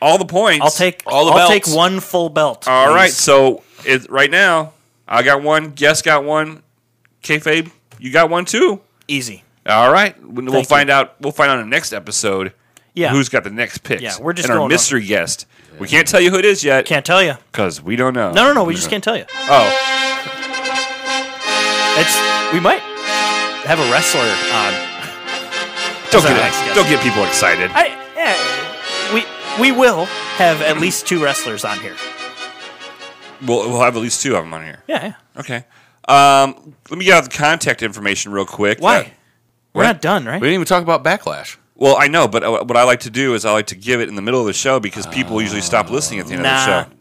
all the points.
I'll take.
all the
I'll
belts.
take one full belt.
All
please.
right. So it, right now, I got one. Guess got one. Kayfabe, you got one too.
easy.
All right. We'll
Thank you.
find out. We'll find out in the next episode.
Yeah.
who's got the next picks.
Yeah, we're just
and our
going
mystery guest. We can't tell you who it is yet
Can't tell you.
because we don't know.
No, no, no. We just can't tell you.
Oh,
It's we might have a wrestler on.
don't
That's
get
our next guest.
don't get people excited.
I yeah, we we will have at least two wrestlers on here.
We'll, we'll have at least two of them on here.
Yeah. yeah.
Okay. Um, let me get out the contact information real quick.
Why?
Uh,
We're
what?
not done, right?
We didn't even talk about backlash.
well, I know, but uh, what I like to do is I like to give it in the middle of the show because people usually stop listening at the end
nah.
of the show.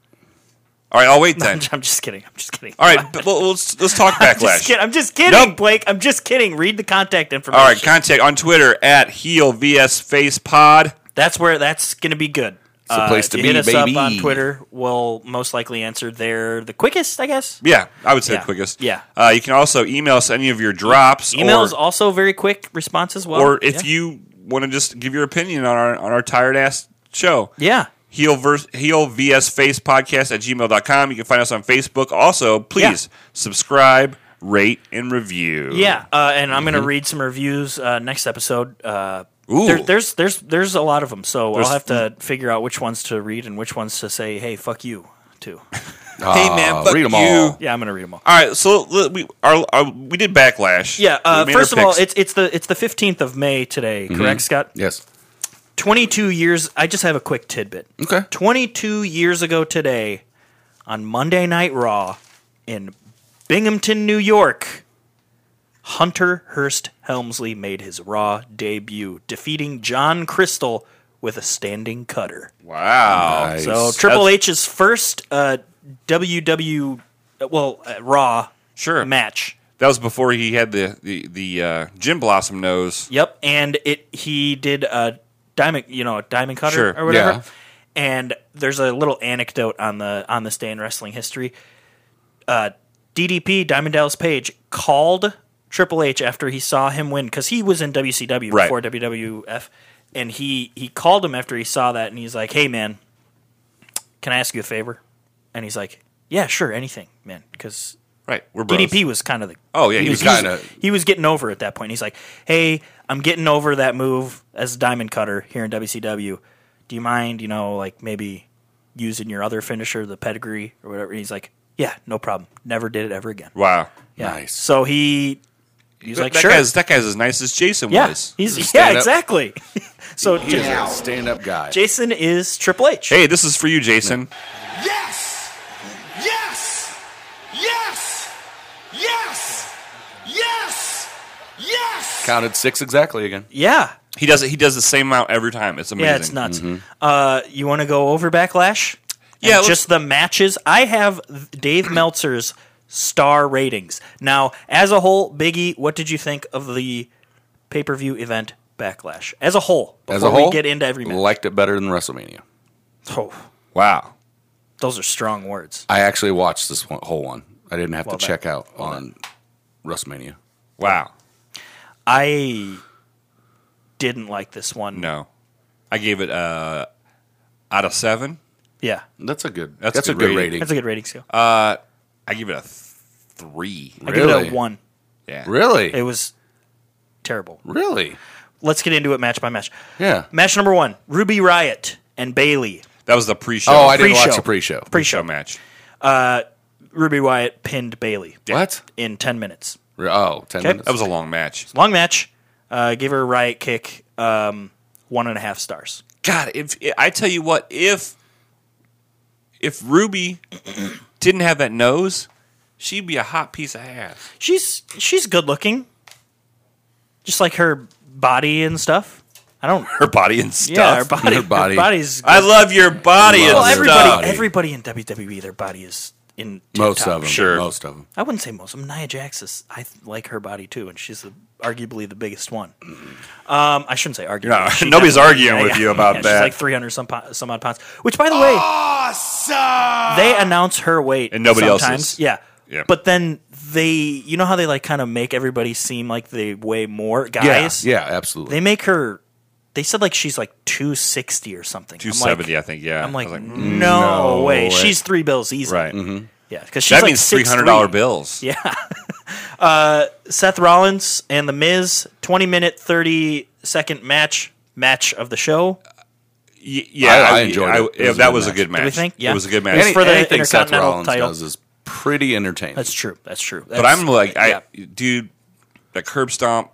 All right, I'll wait
I'm,
then.
j- I'm just kidding. I'm just kidding.
All right, but well, let's, let's talk
I'm just,
backlash.
kid- I'm just kidding,
Nope.
Blake. I'm just kidding. Read the contact information.
All right, contact on Twitter at heel vs face pod.
that's where that's going to be good. It's
the place to
if you
be,
hit us
baby.
up on Twitter. We'll most likely answer there the quickest, I guess.
Yeah, I would say
Yeah.
the quickest.
Yeah.
Uh, you can also email us any of your drops.
Emails
or,
also very quick response as well.
or if
yeah.
you want to just give your opinion on our on our tired ass show.
yeah,
Heel vers heel vs face podcast at gmail.com. You can find us on Facebook. Also, please subscribe, rate, and review.
yeah, uh, and I'm going to read some reviews uh, next episode. Uh,
Ooh.
there- there's there's there's a lot of them, so
There's-
I'll have to figure out which ones to read and which ones to say, "Hey, fuck you," to.
Hey man,
Aw,
fuck
Ah, read 'em
you.
all.
Yeah, I'm going to read them all.
All right, so l- we our, our, we did backlash.
Yeah. Uh,
We made our
first of all,
picks.
it's it's the it's the fifteenth of May today, correct, Scott?
Yes.
22 years. I just have a quick tidbit.
Okay.
22 years ago today, on Monday Night Raw in Binghamton, New York, Hunter Hurst Helmsley made his Raw debut, defeating John Crystal with a standing cutter.
Wow.
Nice.
So Triple H's first uh, WW, uh, well, uh, Raw
Sure.
match.
That was before he had the the the uh, Jim Blossom nose.
Yep, and it he did a diamond, you know, a diamond cutter
Sure,
or whatever.
yeah.
And there's a little anecdote on the on this day in wrestling history. Uh, DDP Diamond Dallas Page called Triple H after he saw him win because he was in WCW
Right.
before WWF, and he he called him after he saw that, and he's like, "Hey man, can I ask you a favor?" And he's like, "Yeah, sure, anything, man," because
Right. We're bros.
DDP was kind of the
Oh, yeah, he was
kinda-
he was getting over at that point. He's like, "Hey, I'm getting over that move as a diamond cutter here in WCW. Do you mind, you know, like maybe using your other finisher, the pedigree or whatever?" And he's like, "Yeah, no problem. Never did it ever again."
Wow.
Yeah.
Nice.
So he he's
That-
like,
that
"Sure,
guy's that guy's as nice as Jason
yeah,
was.
he's yeah,
stand-up.
exactly." so
He is
Ja-
a stand up guy.
Jason is Triple H.
Hey, this is for you, Jason.
Yes! Yes! Yes! Yes! Yes! Yes!
Counted six exactly again.
Yeah,
He does it. He does the same amount every time. It's amazing.
yeah, it's nuts.
Mm-hmm.
Uh, you want to go over Backlash?
Yeah,
yeah,
let's-
just the matches. I have th- Dave Meltzer's star ratings. Now, as a whole, Biggie, what did you think of the pay per view event Backlash as a whole? Before
As a whole,
we get into every match.
liked it better than WrestleMania.
oh,
Wow.
those are strong words.
I actually watched this one, whole one. I didn't have
Well
to
done.
check out on WrestleMania.
Wow.
I didn't like this one.
No, I gave it uh, out of seven.
Yeah,
That's a good.
That's
That's,
a
a
good
good
rating.
rating.
that's a good rating scale.
Uh,
I give it a th- three.
I give it
really?
a one.
Yeah.
Really,
It was terrible.
really.
Let's get into it match by match.
Yeah.
Match number one: Ruby Riot and Bailey.
That was the pre-show.
Oh, I didn't
Pre-show.
watch the pre-show.
pre-show match.
Ruby Riot pinned Bailey
What?
in 10 minutes.
Re- Oh, 10
Okay.
minutes.
That was a long match.
Long match. Uh, give her a riot kick. Um, one and a half stars.
God, if I tell you what, if if Ruby didn't have that nose, she'd be a hot piece of ass.
She's she's good looking, just like her body and stuff. I don't.
Her body and stuff.
Yeah, her body.
Her body.
Her body's.
I love your body
Love
well,
and
her
everybody.
stuff.
body.
Everybody in WWE, their body is in. tip
most
top
of them.
shape.
Sure.
most of them.
I wouldn't say most. of 'em. Nia Jax is. I th- like her body too, and she's the, arguably the biggest one. Um, I shouldn't say arguably.
No,
She
nobody's
definitely-
arguing with you about
she's
that.
like three hundred some po- some odd pounds. Which, by the way, they announce her weight
And nobody else's.
sometimes. Yeah.
Yeah.
But then they, you know how they like kind of make everybody seem like they weigh more
Yeah,
guys.
yeah, absolutely.
They make her. They said like she's like two sixty or something.
Two seventy, I think. Yeah,
I'm like,
I was
I'm like
mm,
no,
no
way.
way.
She's three bills easy.
right.
Yeah. Because she's
That
like
means three hundred dollar bills.
Yeah. uh, Seth Rollins and The Miz, twenty minute, thirty second match match of the show.
Y- yeah,
I- I enjoyed it. It
yeah,
was a
that
good
was a
match.
good match.
we think? Yeah.
it was a good match.
Any- for the
anything Seth
Intercontinental
Rollins
title.
does is pretty entertaining.
That's true. That's true.
but
That's-
I'm like, I
yeah.
dude, the curb stomp.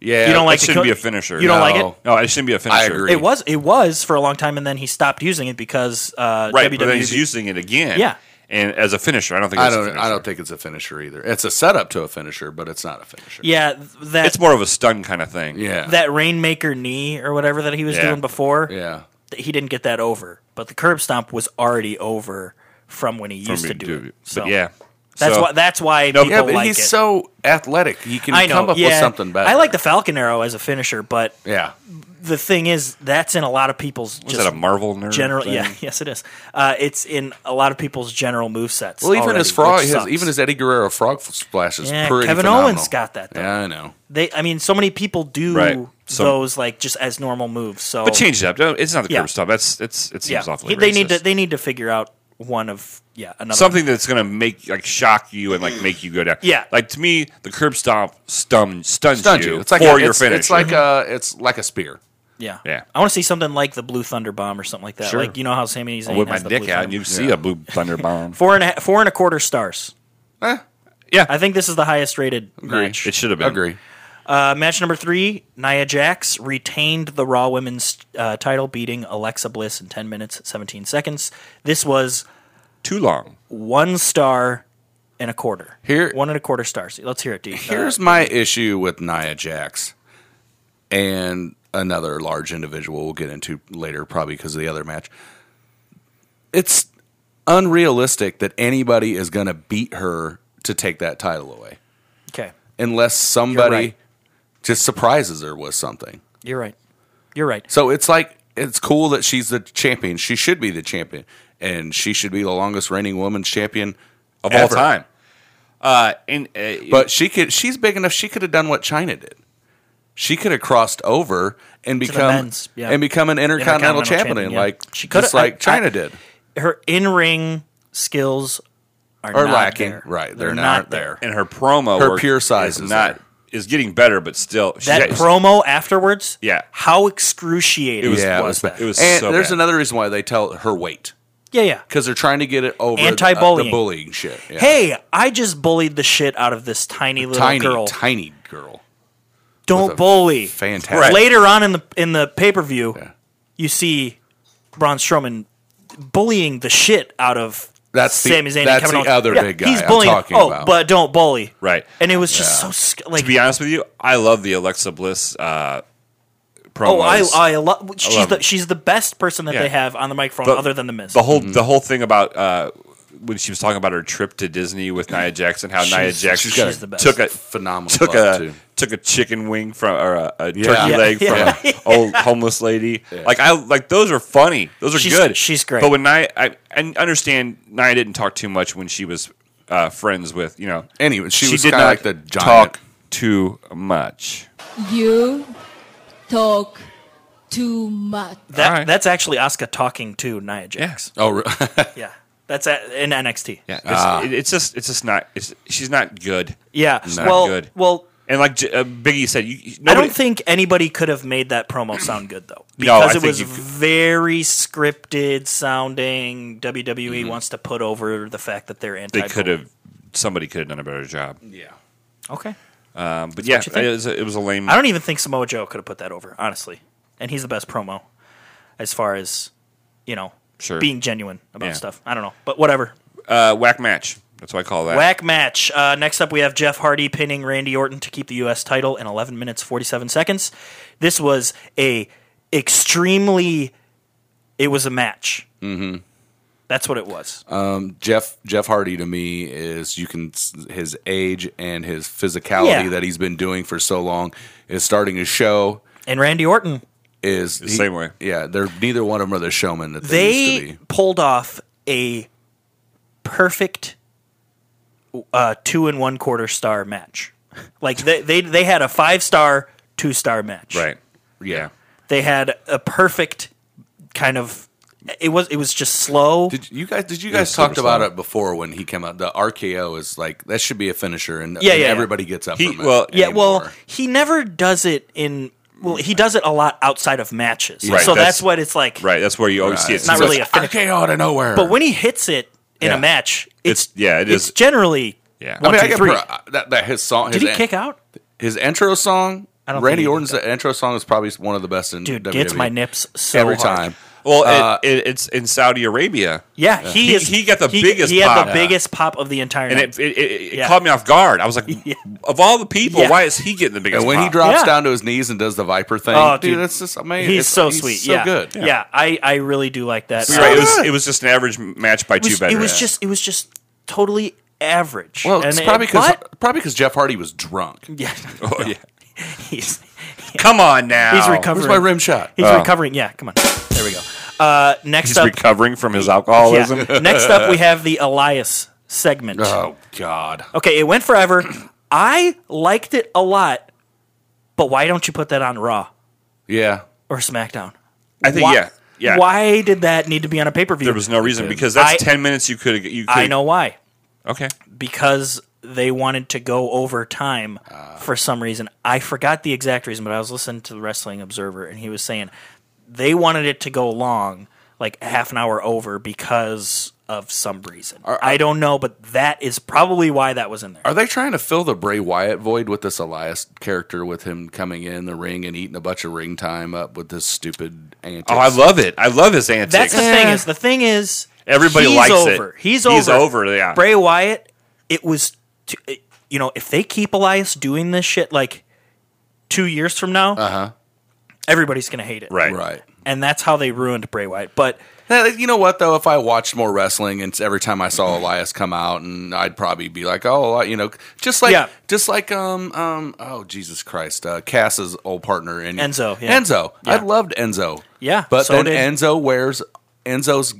yeah,
you don't like
it
the
shouldn't
co-
be a finisher.
You don't
No.
like it?
No.
No, it shouldn't be a finisher.
agree.
It was it was for a long time, and then he stopped using it because uh,
Right, but then
WWE.
he's using it again.
Yeah.
and as a finisher, I don't think
I
it's A
don't.
finisher.
I don't think it's a finisher either. It's a setup to a finisher, but it's not a finisher.
yeah, th- that
It's more of a stun kind of thing.
yeah,
that Rainmaker knee or whatever that he was
Yeah.
doing before.
yeah.
th- he didn't get that over, but the curb stomp was already over from when he
From
used to do
WWE.
it. So
But yeah,
that's
So-
why that's why people
Yeah, but
like
he's
it.
so athletic. He can
I know,
come up
yeah.
with something better.
I like the Falcon Arrow as a finisher, but
Yeah,
the thing is, that's in a lot of people's
Was
just
that a Marvel nerd?
general.
thing?
Yeah, yes, it is. Uh, it's in a lot of people's general move sets.
Well, even
already,
his frog,
which
his,
sucks.
even his Eddie Guerrero frog f- splash is
Yeah,
pretty.
Kevin
phenomenal.
Owens got that, though.
Yeah, I know.
They, I mean, so many people do
Right. Some-
those like just as normal moves. So
but change it up. Don't- It's not the curb
Yeah.
stomp. That's it's it
yeah,
seems awfully.
they need
racist.
to they need to figure out one of yeah another
something that's gonna make like shock you and like make you go down.
Yeah.
like to me, the curb stomp stun stuns
Stunned
you,
you. It's like
for
a,
your
it's,
finish.
It's like a. It's like a spear.
Yeah,
Yeah.
I want to see something like the Blue Thunder Bomb or something like that. Like you know how Sammy Zayn
with my
has the
dick
Blue
out,
Thunder
and you
Bomb.
see a blue thunder bomb.
Four and a, four and a quarter stars.
Eh,
yeah,
I think this is the highest rated
agree.
match.
It should have been.
agree.
Uh, match number three Nia Jax retained the Raw Women's uh, title, beating Alexa Bliss in 10 minutes, 17 seconds. This was
Too long.
one star and a quarter.
Here-
One and a quarter stars. Let's hear it, D.
Here's my issue with Nia Jax and another large individual we'll get into later, probably because of the other match. It's unrealistic that anybody is going to beat her to take that title away
Uh, Okay.
unless somebody
right.
just surprises her with something.
You're right. You're right.
So it's like, it's cool that she's the champion. She should be the champion, and she should be the longest reigning women's champion
Of all
ever.
time. Uh, and, uh,
But she could. She's big enough. She could have done what China did. She could have crossed over and
the
become
men's, yeah.
and become an intercontinental,
Intercontinental
champion,
champion, yeah.
like
She
she
coulda-
could like
I-
China
I-
did.
Her in ring skills are,
Are
not
lacking.
there.
Right, they're not there.
and her promo
Her
work
pure size
is
is
not
there.
is getting better, but still she-
That promo afterwards?
Yeah.
How excruciating.
It was-
yeah,
was
it was bad.
it was
and
so
there's
bad.
another reason why they tell her weight
yeah, yeah.
because they're trying to get it over uh,
Anti-bullying.
the, the bullying shit. Yeah.
Hey, I just bullied the shit out of this tiny little
tiny
girl.
tiny girl,
Don't
with a
bully.
fantastic.
Later on in the in the pay per view,
Yeah.
you see Braun Strowman bullying the shit out of
That's the-
Sami Zayn.
that's
and Kevin
the
Owens.
other
Yeah,
big guy
He's
I'm
bullying.
talking
oh,
about.
but don't bully.
Right.
And it was just so sc- like.
to be honest with you, I love the Alexa Bliss uh, promos.
oh, I I love. She's
love
the
her.
she's the best person that
Yeah.
they have on the microphone,
But
other than the Miz.
the
Mm-hmm.
whole the whole thing about uh, when she was talking about her trip to Disney with Nia Jackson, how Nia
She's-
Jackson
she's got the best.
took a
phenomenal.
took
butt,
a
too.
took a chicken wing from or a, a turkey
Yeah.
leg from
Yeah.
an old homeless lady. Like I like those are funny. Those are
She's-
good.
she's great.
But when Nia, I, I understand Nia didn't talk too much when she was uh, friends with you know.
Anyway, she, was
did
kind of
not
like the giant.
talk too much.
You talk too much.
that
All right.
that's actually Asuka talking to Nia Jax.
Oh, re-
Yeah, that's at, in NXT.
Yeah, it's, it- it's just it's just not. It's, she's not good.
Yeah.
Not
well,
good.
well,
And like J- uh, Biggie said, you, you-
I
nobody,
don't think anybody could have made that promo sound good though,
No, I
because it
think
was
you could-
very scripted sounding. WWE wants to put over the fact that they're anti.
Mm-hmm. they could have. Somebody could have done a better job.
Okay.
Um, but yeah,
what you
it
think.
was, a, it was a lame.
I don't even think Samoa Joe could have put that over, honestly. And he's the best promo, as far as you know,
Sure.
being genuine about
Yeah.
stuff. I don't know, but whatever.
uh, whack match. That's what I call that.
Whack match. Uh, next up, we have Jeff Hardy pinning Randy Orton to keep the U.S. title in 11 minutes 47 seconds. This was a extremely. It was a match. Mm-hmm. That's what it was.
Jeff Jeff Hardy to me is you can his age and his physicality
Yeah.
that he's been doing for so long is starting to show.
and Randy Orton,
Is the
same way.
Yeah, they're neither one of them are the showmen that they, used
they
to be.
pulled off a perfect uh, two and one quarter star match. Like they they, they had a five star, two star match.
Right. Yeah.
They had a perfect kind of. It was it was just slow.
Did you guys? Did you
was
guys talked
super
about
slow.
it before when he came out? The RKO is like that should be a finisher, and,
Yeah,
and
yeah, yeah.
everybody gets up.
He-
from it
well,
Yeah, well,
anymore.
he never does it in. Well, he does it a lot outside of matches,
Right,
so that's,
that's-
what it's like.
Right. That's where you always see it.
It's not
So
really a finish,
RKO out of nowhere.
but when he hits it in
Yeah.
a match, it's,
It's- yeah, it
it's
is-
generally
Yeah.
I
one,
mean,
two,
I get
three.
pro- uh, that, that his song.
Did
his
he kick out?
His intro song.
I don't think he
Randy
did
Orton's intro song is probably one of the best in
Dude,
WWE.
E
gets my nips so
every
hard.
time.
Well,
Uh,
it, it, it's in Saudi Arabia.
Yeah, he
He-
is.
he got the biggest
He had the
pop.
biggest pop of the entire.
And
night.
it, it, it, it
Yeah.
caught me off guard. I was like, of all the people,
Yeah.
why is he getting the biggest?
And when he
pop?
drops
Yeah.
down to his knees and does the Viper thing,
Oh,
dude,
dude.
that's just amazing.
he's
It's-
so sweet.
so
yeah,
good.
Yeah, I, I really do like that.
You're right,
Uh,
it was it was just an average match by
it was,
two veterans.
it was just it was just totally average.
Well, it's
And it-
probably because
but-
probably because Jeff Hardy was drunk.
yeah,
Oh, yeah.
he's
Come on now.
he's
Where's my
recovering.
rim shot?
He's recovering. Yeah, come on. There we go. Uh, next
Oh. He's
up,
recovering from his
yeah.
alcoholism.
next up, we have the Elias segment.
Oh God!
Okay, it went forever. I liked it a lot, but why don't you put that on Raw
Yeah,
or SmackDown?
I think
Why-
yeah, yeah.
Why did that need to be on a pay per view?
There was no reason because that's
I-
ten minutes you could you. Could,
I know why.
Okay.
Because they wanted to go over time
Ah.
for some reason. I forgot the exact reason, but I was listening to the Wrestling Observer, and he was saying they wanted it to go long, like half an hour over, because of some reason. I don't know, but that is probably why that was in there.
Are they trying to fill the Bray Wyatt void with this Elias character with him coming in the ring and eating a bunch of ring time up with this stupid antics?
Oh, I love it. I love his antics.
That's the thing is the thing is
Everybody
he's
likes it.
over. He's
He's
over.
over, yeah.
Bray Wyatt. It was, t- it- you know, if they keep Elias doing this shit like two years from now, uh-huh. everybody's gonna hate it,
right.
Right.
And that's how they ruined Bray Wyatt. But
Eh, You know what though? If I watched more wrestling, and every time I saw
Mm-hmm.
Elias come out, and I'd probably be like, "Oh, Eli-" you know, just like,
Yeah.
just like, um, um, oh Jesus Christ, uh, Cass's old partner and
Enzo, yeah.
Enzo, I loved Enzo,
Yeah,
but
so
then
did-
Enzo wears Enzo's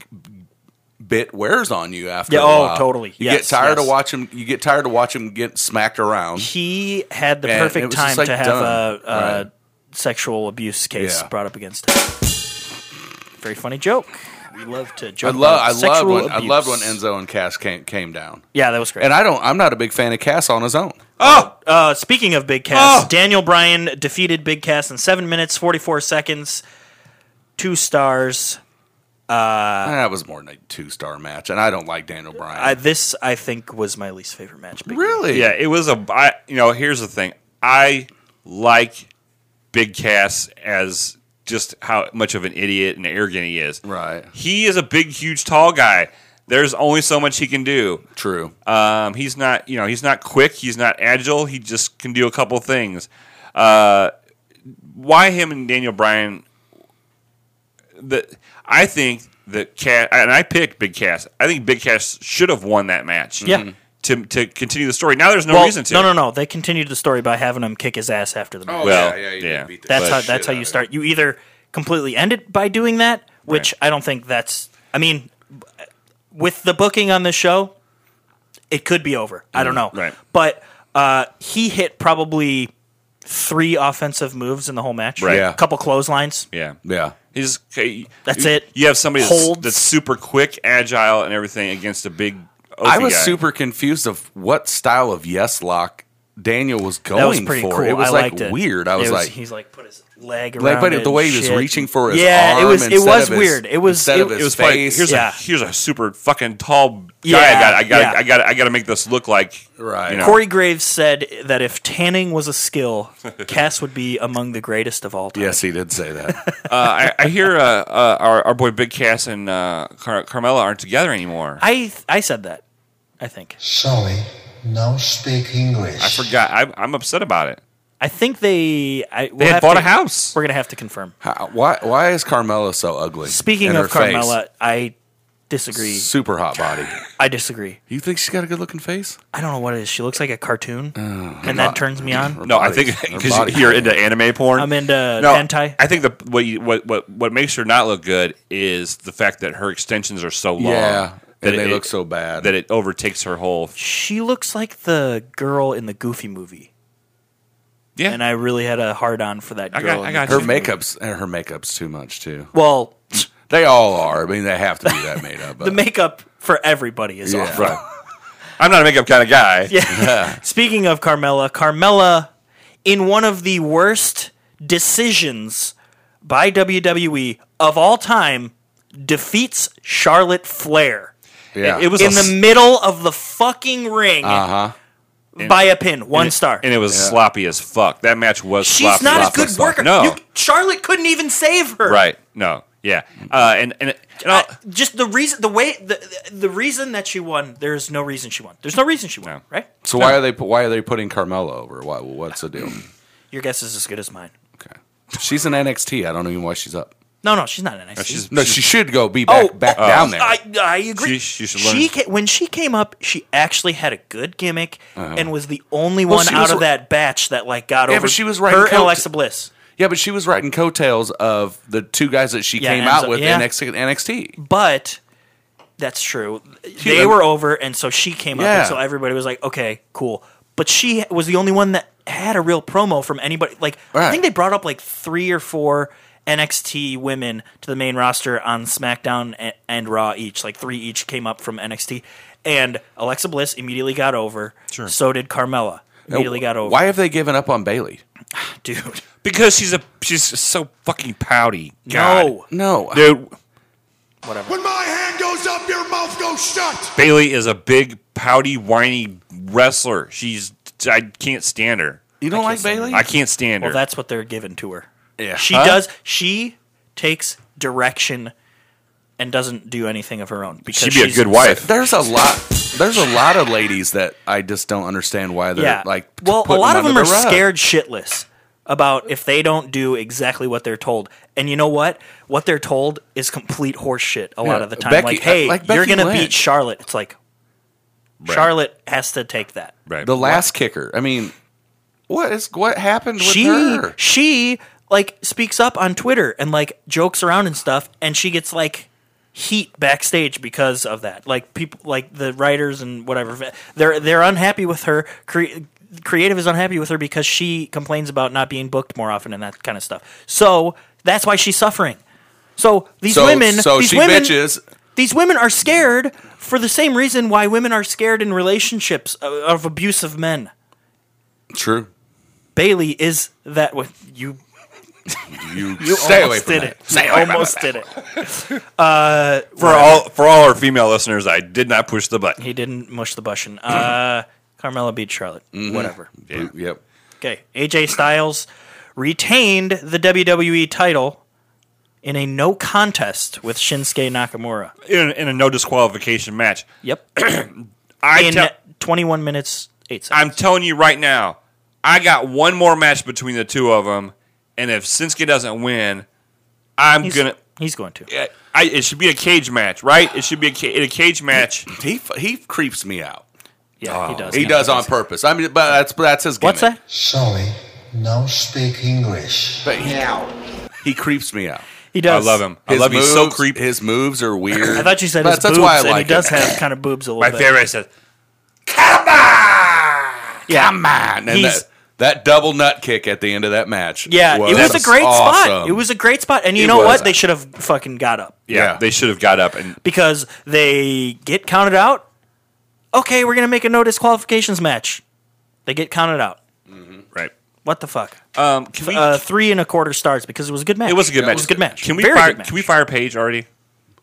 bit wears on you after.
Yeah,
a
oh,
while.
totally.
You
Yes,
get tired
yes.
to watch him. You get tired to watch him get smacked around.
he had the
Man, it
perfect
was just,
time
like,
to have
done.
a, a
Right.
sexual abuse case
Yeah.
brought up against him. Very funny joke. We love to
I
joke.
love.
about
I loved
sexual
when I loved when
abuse.
Enzo and Cass came came down.
Yeah, that was great.
And I don't. I'm not a big fan of Cass on his own.
Oh, uh, speaking of Big Cass,
Oh.
Daniel Bryan defeated Big Cass in seven minutes forty four seconds. Two stars.
That was more than a two star match, and I don't like Daniel Bryan.
I, this I think was my least favorite match. Big
really?
Yeah, it was a. I, you know, here's the thing. I like Big Cass as just how much of an idiot and arrogant he is.
Right.
He is a big, huge, tall guy. There's only so much he can do.
True. Uh,
Um, he's not, you know, he's not quick. He's not agile. He just can do a couple things. Uh, why him and Daniel Bryan? The I think that Cass and I picked Big Cass. I think Big Cass should have won that match.
Yeah.
To, to continue the story. Now there's no
Well,
reason to.
No, no, no. They continued the story by having him kick his ass after
Oh,
the match.
Well,
you
yeah.
beat the
that's
shit
how that's how
out
you
of
start. You either completely end it by doing that, which I don't think that's. I mean, b- with the booking on this show, it could be over. I don't know.
Mm,
right.
But uh, he hit probably three offensive moves in the whole match.
Right.
Yeah.
A couple clotheslines.
Yeah.
it. Yeah.
He's okay,
That's
you-
it.
You have somebody that's,
Holds.
that's super quick, agile, and everything against a big. Oafy
I was
guy.
super confused of what style of yes lock Daniel was going
That was pretty
for.
cool.
It was
I
like
liked it.
weird. I
It
was, like,
he's like put his leg around.
like, but
it
the way
and
he was
shit.
reaching for his
yeah,
arm
it was it
instead
was
of his-
weird. It was
instead
it,
of his
It was funny.
face.
Here's
Yeah.
a here's a super fucking tall guy.
Yeah,
I got. I got.
yeah.
I got. I got to make this look like
Right.
You know,
Corey Graves said that if tanning was a skill, Cass would be among the greatest of all time.
yes, he did say that.
uh, I, I hear uh, uh, our our boy Big Cass and uh, Car- Carmella aren't together anymore. I,
I th- I said that. I think.
Sorry, no speak English.
forgot. I, I'm upset about it.
I think they. I, we'll
They had
have
bought
to-
a house.
We're gonna have to confirm.
How- why? Why is Carmella so ugly?
Speaking
And
of
her face?
Carmella, I disagree.
super hot body.
I disagree.
You think she's got a good looking face?
I don't know what it is. She looks like a cartoon,
Oh,
and that turns me on.
No, I
body-
think
her
because
body
you're
type.
into anime porn.
I'm into
no,
hentai.
I think the what, you, what what what makes her not look good is the fact that her extensions are so long.
Yeah,
that
and they
it-
look so bad.
that it overtakes her whole.
She looks like the girl in the Goofy movie,
Yeah,
and I really had a hard on for that girl.
I got.
in
I
the-
got
her
you.
makeup's her makeup's too much too.
Well,
They all are. I mean, they have to be that made up.
the makeup for everybody is
Yeah.
off.
Right. I'm not a makeup kind of guy.
Speaking of Carmella, Carmella, in one of the worst decisions by WWE of all time, defeats Charlotte Flair
yeah.
It was
in
a
the middle of the fucking ring by a pin, one star.
and it was sloppy as fuck. That match was.
She's
sloppy
not a
as
good
fuck.
worker.
No,
You- Charlotte couldn't even save her.
right? No, yeah. Uh, and and, and I'll,
I- just the reason, the way, the, the reason that she won. There is no reason she won. There's no reason she won.
No.
Right?
so why are they pu- why are they putting Carmella over? Why, what's the deal?
Your guess is as good as mine.
Okay, she's in NXT. I don't even know why she's up.
No, no, she's not an NXT.
she's
No, she should go be back back down there.
Oh, I, I agree.
She- she should
She
learn.
ca- when she came up, she actually had a good gimmick and was the only one
Uh-huh. she
out
was
of
ri-
that batch that like got
Yeah,
over.
but she was writing
her and
code-
Alexa Bliss.
yeah, but she was riding coattails of the two guys that she
Yeah,
came
Enzo-
out with
yeah.
in NXT. NXT.
But that's true. They
um,
were over, and so she came up,
Yeah.
and so everybody was like, "Okay, cool." But she was the only one that had a real promo from anybody. Like I
Right.
think they brought up like three or four. NXT women to the main roster on SmackDown and, and Raw each, like three each came up from NXT, and Alexa Bliss immediately got over. Sure. So did Carmella. Immediately got over.
Why have they given up on Bailey?
dude?
because she's a she's so fucking pouty. God.
No,
No,
dude.
whatever.
When my hand goes up, your mouth go shut.
Bailey is a big, pouty, whiny wrestler. She's I can't stand her.
You don't like Bailey?
I can't stand
Well,
her.
that's what they're giving to her.
yeah.
She
Huh?
does. She takes direction and doesn't do anything of her own. Because
She'd be a
she's-
good wife.
There's a lot. There's a lot of ladies that I just don't understand why they're
Yeah.
like.
well, a
putting
lot of them
under
are
the rug.
scared shitless about if they don't do exactly what they're told. And you know what? What they're told is complete horseshit a lot
Yeah,
of the time.
Becky- uh,
like, hey,
like
you're
Becky
going to
Lynch.
beat Charlotte. It's like Charlotte has to take that.
Right.
The last kicker. I mean, what is what happened with
she
her?
she like speaks up on Twitter and like jokes around and stuff, and she gets like heat backstage because of that. Like people, like the writers and whatever, they're they're unhappy with her. Cre- creative is unhappy with her because she complains about not being booked more often and that kind of stuff. So that's why she's suffering. So these
so,
women,
So
these
she
women,
bitches.
these women are scared for the same reason why women are scared in relationships of, of abusive men.
True.
Bailey is that what you
You, stay away
almost
from
did
that.
it. almost did it.
for all for all our female listeners, I did not push the button.
He didn't mush the bushin. Uh, Carmella beat Charlotte.
Mm-hmm.
Whatever.
Boot, Yep.
Okay. AJ Styles retained the WWE title in a no contest with Shinsuke Nakamura.
In, in a no disqualification match,
Yep.
I
in
tell-
21 minutes eight seconds.
I'm telling you right now, I got one more match between the two of them, and if Sinsuke doesn't win, I'm
he's,
gonna.
he's going to.
I, I- it should be a cage match, right? It should be a, ca- a cage match.
He f- he creeps me out.
Yeah, he does.
Oh, He does on purpose. I mean, but that's that's his. Gimmick.
What's that?
Sorry, now speak English.
But he, he creeps me out.
He
I
does.
love him. I love
moves,
you so creepy.
His moves are weird.
I thought you said
But
his boobs, and he does
him.
have kind of boobs a little
My
bit.
favorite says,
Yeah.
Come on, and
He's-
that, that double nut kick at the end of that match.
Yeah, it was a great spot.
awesome.
It was a great spot. And you
It
know
was.
what? They should have fucking got up.
"Yeah,
Yeah.
they should have got up." And
because they get counted out. Okay, we're gonna make a no disqualifications match. They get counted out.
right.
What the fuck?
Um, can we?
Uh, three and a quarter stars because it was a good match.
it was a good match.
It was a good match.
Can we
Very
fire?
good match.
Can we fire Paige already?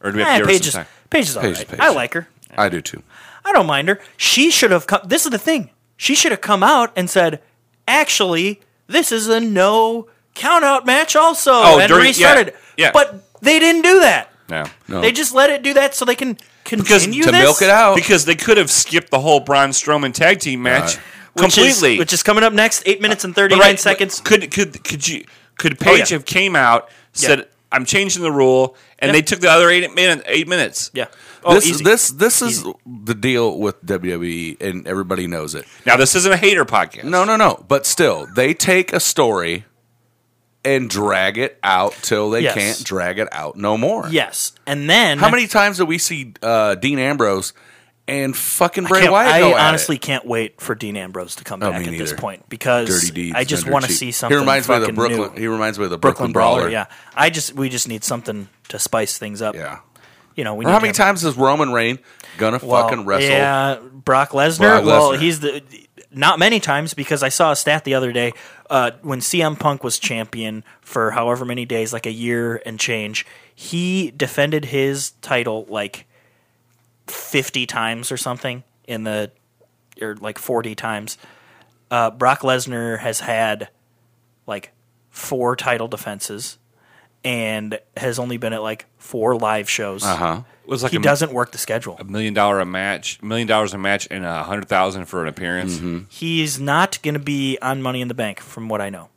Or do we have to
Eh,
give her
Paige is,
some time?
Paige is all
Paige,
right.
Paige.
I like her.
I do too.
I don't mind her. She should have come. This is the thing. She should have come out and said, "Actually, this is a no count out match." Also,
Oh,
and
during- yeah,
restarted.
yeah.
But they didn't do that.
No,
No.
They just let it do that so they can continue
to
this?
milk it out.
because they could have skipped the whole Braun Strowman tag team match
Which is-
completely.
which is, coming up next. Eight minutes and thirty
But
nine
right,
seconds.
but Could could could you could Paige
yeah.
have came out said
Yeah.
I'm changing the rule, and
Yeah.
they took the other eight minute eight minutes.
yeah.
this
Oh, easy.
this this is the deal with WWE, and everybody knows it.
Now this isn't a hater podcast.
No, no, no. But still, they take a story and drag it out till they
Yes.
can't drag it out no more.
Yes, and then
How many times do we see uh, Dean Ambrose and fucking Bray
Can't-
Wyatt?
I
go at
honestly
it?
can't wait for Dean Ambrose to come
Oh,
back
me
at this
neither.
point because
dirty deeds.
I just
under
want to
cheek.
see something.
He reminds me of the
fucking
Brooklyn.
new.
He reminds me of the
Brooklyn
Brooklyn, Brawler.
Yeah, I just we just need something to spice things up.
yeah.
you know we
Or
need
how
to
many
have-
times is Roman Reign gonna
well,
fucking wrestle?
Yeah, Brock Lesnar.
Brock
Well,
Lesnar.
he's the not many times because I saw a stat the other day uh, when CM Punk was champion for however many days, like a year and change. He defended his title like fifty times or something in the or like forty times. Uh, Brock Lesnar has had like four title defenses and has only been at like four live shows.
Uh huh.
It was like
He
a
doesn't work the schedule.
million dollar a match, million dollars a match, and a hundred thousand for an appearance.
He's not going to be on Money in the Bank, from what I know.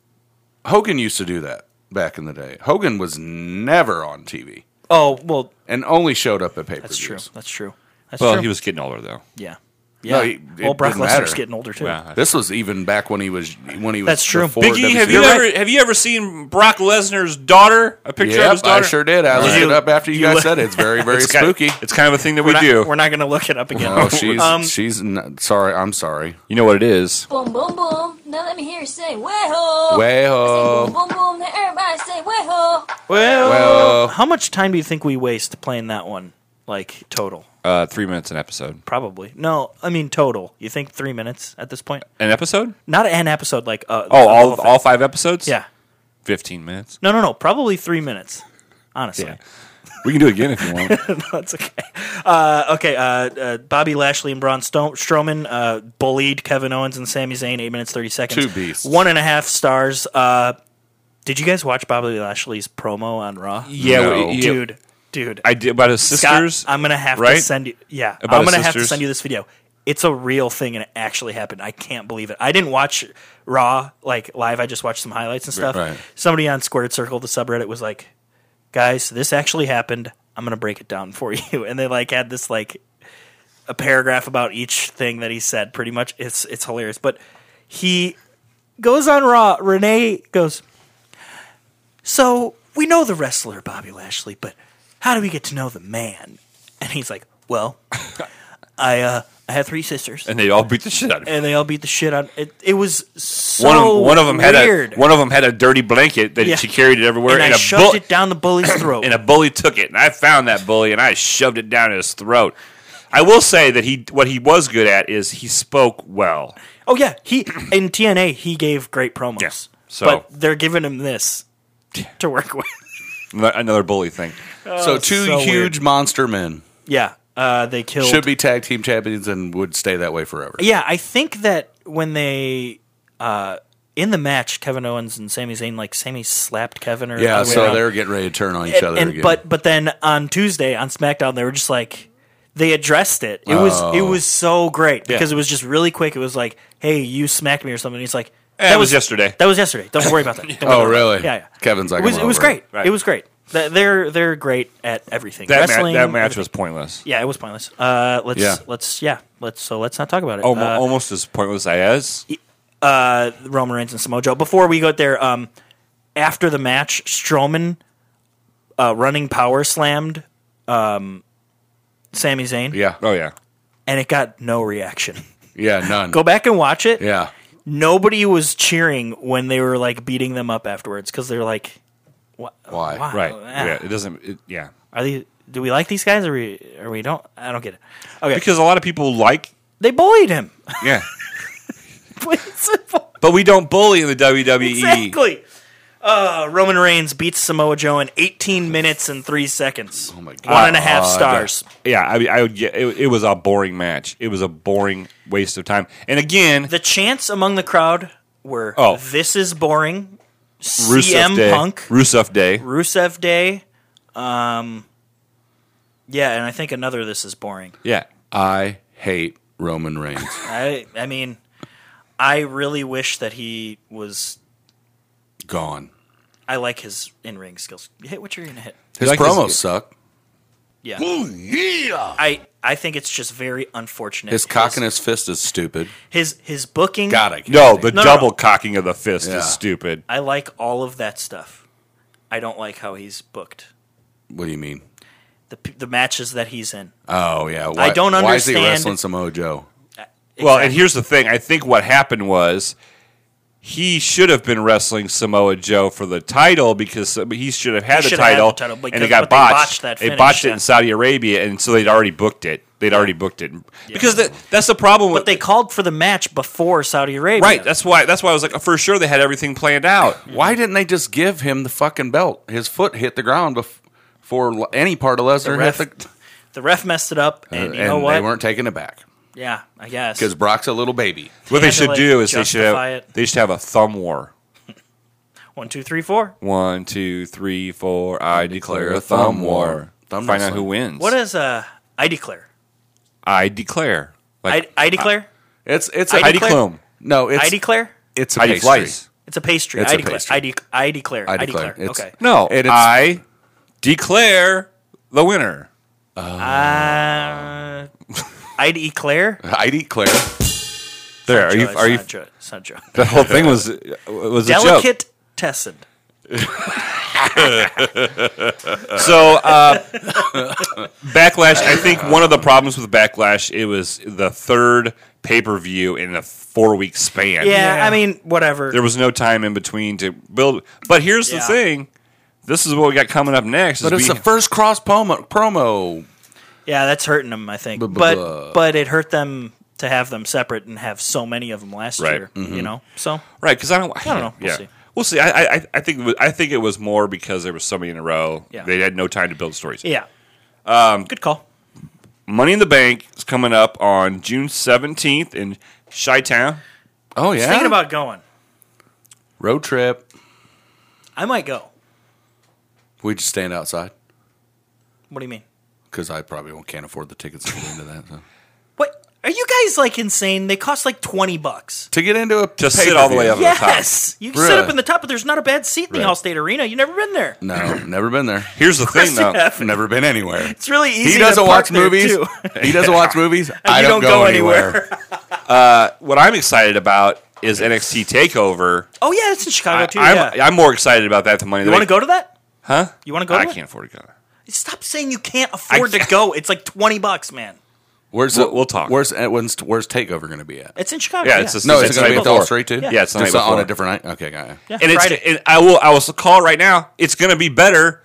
Hogan used to do that back in the day. Hogan was never on TV
Oh well,
and only showed up at pay per
that's true.
views.
That's true. That's
Well,
true.
he was getting older though.
yeah, yeah.
No, he-
well,
it
Brock
didn't
Lesnar's
matter.
getting older too.
Yeah.
This was even back when he was when he was.
That's true.
before E.
Biggie, have
WCW.
you
You're
ever have you ever seen Brock Lesnar's daughter? A picture of his
Yep, I
daughter.
sure did. I looked
you-
it up after you
you
guys
look-
said it. It's very, very
It's kind of-
spooky.
it's kind of a thing that we
We're not,
do.
we're not going to look it up again.
Oh, she's
Um,
she's not, sorry. I'm sorry.
you know what it is?
Boom, boom, boom. Now let me hear you say, way-ho. Boom,
Well,
boom, boom. Now everybody say, way-ho.
well,
well,
how much time do you think we waste playing that one? Like total,
Uh, three minutes an episode.
probably. No, I mean total. You think three minutes at this point?
An episode?
Not an episode. Like uh,
Oh,
the
all
whole thing.
all five episodes?
Yeah.
fifteen minutes.
No, no, no. Probably three minutes. Honestly.
Yeah. We can do it again if you want.
That's okay. Uh, okay, uh, uh, Bobby Lashley and Braun Sto- Strowman uh, bullied Kevin Owens and Sami Zayn eight minutes thirty seconds.
Two beasts.
One and a half stars. Uh, did you guys watch Bobby Lashley's promo on Raw?
Yeah,
No.
we- yeah,
dude, dude.
I did about his
Scott,
sisters.
I'm gonna have to
right?
send you. Yeah,
About
I'm
his
gonna have to
sisters?
send you this video. It's a real thing and it actually happened. I can't believe it. I didn't watch Raw like live. I just watched some highlights and stuff.
Right.
Somebody on Squared Circle, the subreddit, was like, "Guys, this actually happened. I'm gonna break it down for you." And they like had this like a paragraph about each thing that he said. Pretty much, it's it's hilarious. But he goes on Raw. Renee goes, So we know the wrestler Bobby Lashley, but how do we get to know the man? And he's like, Well, I uh, I had three sisters,
and they all beat the shit out of him.
and they all beat the shit out. It, it was so
One of, one of them had
weird.
a one of them had a dirty blanket that
Yeah.
she carried it everywhere,
and
and,
I
a
shoved
bull-
it down the bully's throat.
and a bully took it, and I found that bully and I shoved it down his throat. I will say that he what he was good at is he spoke well.
oh yeah, he in TNA he gave great promos.
Yeah, so-
but they're giving him this to work with.
Another bully thing.
so two
Oh, so
huge monster men
Yeah, uh, they killed.
should be tag team champions and would stay that way forever.
Yeah, I think that when they uh, in the match, Kevin Owens and Sami Zayn, like Sami slapped Kevin or
Yeah,
other way
so
around.
they're getting ready to turn on each
And-
other
and-
again.
But but then on Tuesday on SmackDown, they were just like they addressed it. It was it
Oh.
was so great because it was just really quick. It was like, hey, you smacked me or something. And he's like,
Eh, it was yesterday.
That was yesterday. Don't worry about that. Don't
Oh,
worry about
really?
that." Yeah, yeah.
Kevin's like,
it was
"I'm
it was
over it."
great.
Right.
It was great. Th- They're they're great at everything.
That, ma-
Wrestling.
that match
everything.
was pointless.
Yeah, it was pointless. Uh, let's
Yeah.
let's yeah let's so let's not talk about it.
Almo-
Uh,
almost as pointless as
uh, Roman Reigns and Samoa Joe. Before we go there, um, after the match, Strowman uh, running power slammed um, Sami Zayn,
yeah,
oh yeah.
and it got no reaction.
yeah, none.
go back and watch it.
Yeah,
Nobody was cheering when they were like beating them up afterwards because they're like, what?
Why?
why?
Right.
Ah.
Yeah. It doesn't. It, yeah.
Are these? Do we like these guys? Or we? Or we don't? I don't get it. Okay.
Because a lot of people like.
they bullied him.
Yeah.
Please.
but we don't bully in the E. WWE.
exactly. Uh, Roman Reigns beats Samoa Joe in 18 minutes and three seconds. Oh
my God.
One and a half stars.
Yeah. I mean, I would get. It, it was a boring match. It was a boring waste of time. And again,
The chants among the crowd were
Oh.
"This is boring."
Rusev
CM
Day.
Punk,
Rusev Day.
Rusev Day. Um, yeah, and I think another. This is boring.
Yeah.
I hate Roman Reigns.
I I mean, I really wish that he was.
Gone.
I like his in ring skills. Hit what you're gonna hit.
His
like
promos
his-
suck.
Yeah. I I think it's just very unfortunate.
His cock and his fist is stupid.
his his booking.
God, I can't
No,
stand
the
it.
no,
double
no.
cocking of the fist
Yeah.
is stupid.
I like all of that stuff. I don't like how he's booked.
What do you mean?
The p- the matches that he's in.
Oh yeah,
I don't
Why is he
understand-
wrestling Samoa Joe?
Well, and here's the thing. I think what happened was he should have been wrestling Samoa Joe for the title because he should have had, the
He should have had
title,
the title,
and
because-
it got
but they
botched.
botched that
they
finish,
botched it
yeah.
in Saudi Arabia, and so they'd already booked it. They'd already booked it because that, that's the problem.
But they called for the match before Saudi Arabia.
right. That's why. That's why I was like, for sure they had everything planned out.
Why didn't they just give him the fucking belt? His foot hit the ground bef- before l- any part of Lesnar
ref-
hit the,
the ref messed it up, and you know
and
what?
they weren't taking it back
yeah, I guess.
because Brock's a little baby.
What
had
they
to,
should
like,
do is they should
justify
have
it.
they should have a thumb war.
one, two, three, four.
One, two, three, four. I declare a thumb war.
Thumb
Find out
wrestling.
who wins.
What is uh? I declare.
I declare.
I,
Like
I declare.
It's it's
I
a,
Heidi
declare-
Klum.
no
I,
it's
declare.
it's a
Heidi
pastry.
Fleiss.
It's a pastry.
It's
I
a
declare.
pastry.
I, de- I declare.
I
I
declare.
declare.
It's-
okay.
No,
And it's-
I declare the winner.
Uh, I declare.
I declare.
There, are you?
No, it's
Are you?
not jo- it's not joke.
The whole thing was was a joke.
Delicate tessin.
So, uh, backlash. I think one of the problems with backlash it was the third pay per view in a four week span.
Yeah, I mean, whatever.
there was no time in between to build. But here's the
Yeah.
thing. This is what we got coming up next.
But
is
it's
we-
the first cross promo. promo.
Yeah, that's hurting them, I think.
Buh, buh,
but
buh.
but it hurt them to have them separate and have so many of them last
Right. Mm-hmm.
year. You know, so
Right, because I don't.
I don't know. We'll
yeah.
see.
We'll see. I, I- I, I think it was, I think it was more because there was so many in a row.
Yeah.
They had no time to build stories.
Yeah.
Um,
Good call.
Money in the Bank is coming up on June seventeenth in Chi Town.
Oh yeah.
Thinking about going.
road trip.
I might go.
We just stand outside
What do you mean?
because I probably won't- can't afford the tickets to get into that. so.
What are you guys like insane? They cost like twenty bucks.
To get into a
To sit all the way up to the top.
Yes, you can sit up
Really?
in the top, but there's not a bad seat in the
Right.
Allstate Arena. You've never been there.
No, never been there.
Here's the thing, though.
Yeah.
Never been anywhere.
It's really easy.
He
to
doesn't
park
watch
there,
movies.
too.
He doesn't watch movies. I
you
don't, go, anywhere.
What I'm excited about is NXT Takeover.
Oh yeah, it's in Chicago
I,
too.
am
yeah.
I'm more excited about that than Money in
you
the
want to
Bank.
go to that?
Huh?
You want to go?
I
to it?
can't afford to go.
Stop saying you can't afford
can't.
to go. It's like twenty bucks, man.
Where's
We'll- we'll talk.
Where's uh, when's, where's Takeover going to be at?
It's in Chicago.
Yeah,
Yeah,
it's just-
No, is
It's
it going to be
the night
at
before.
the All Street too?
Yeah.
Yeah, it's the
Just
night
on
before.
a different night. Okay, got it.
Yeah,
And it's
Friday.
and I will I will call right now. It's going to be better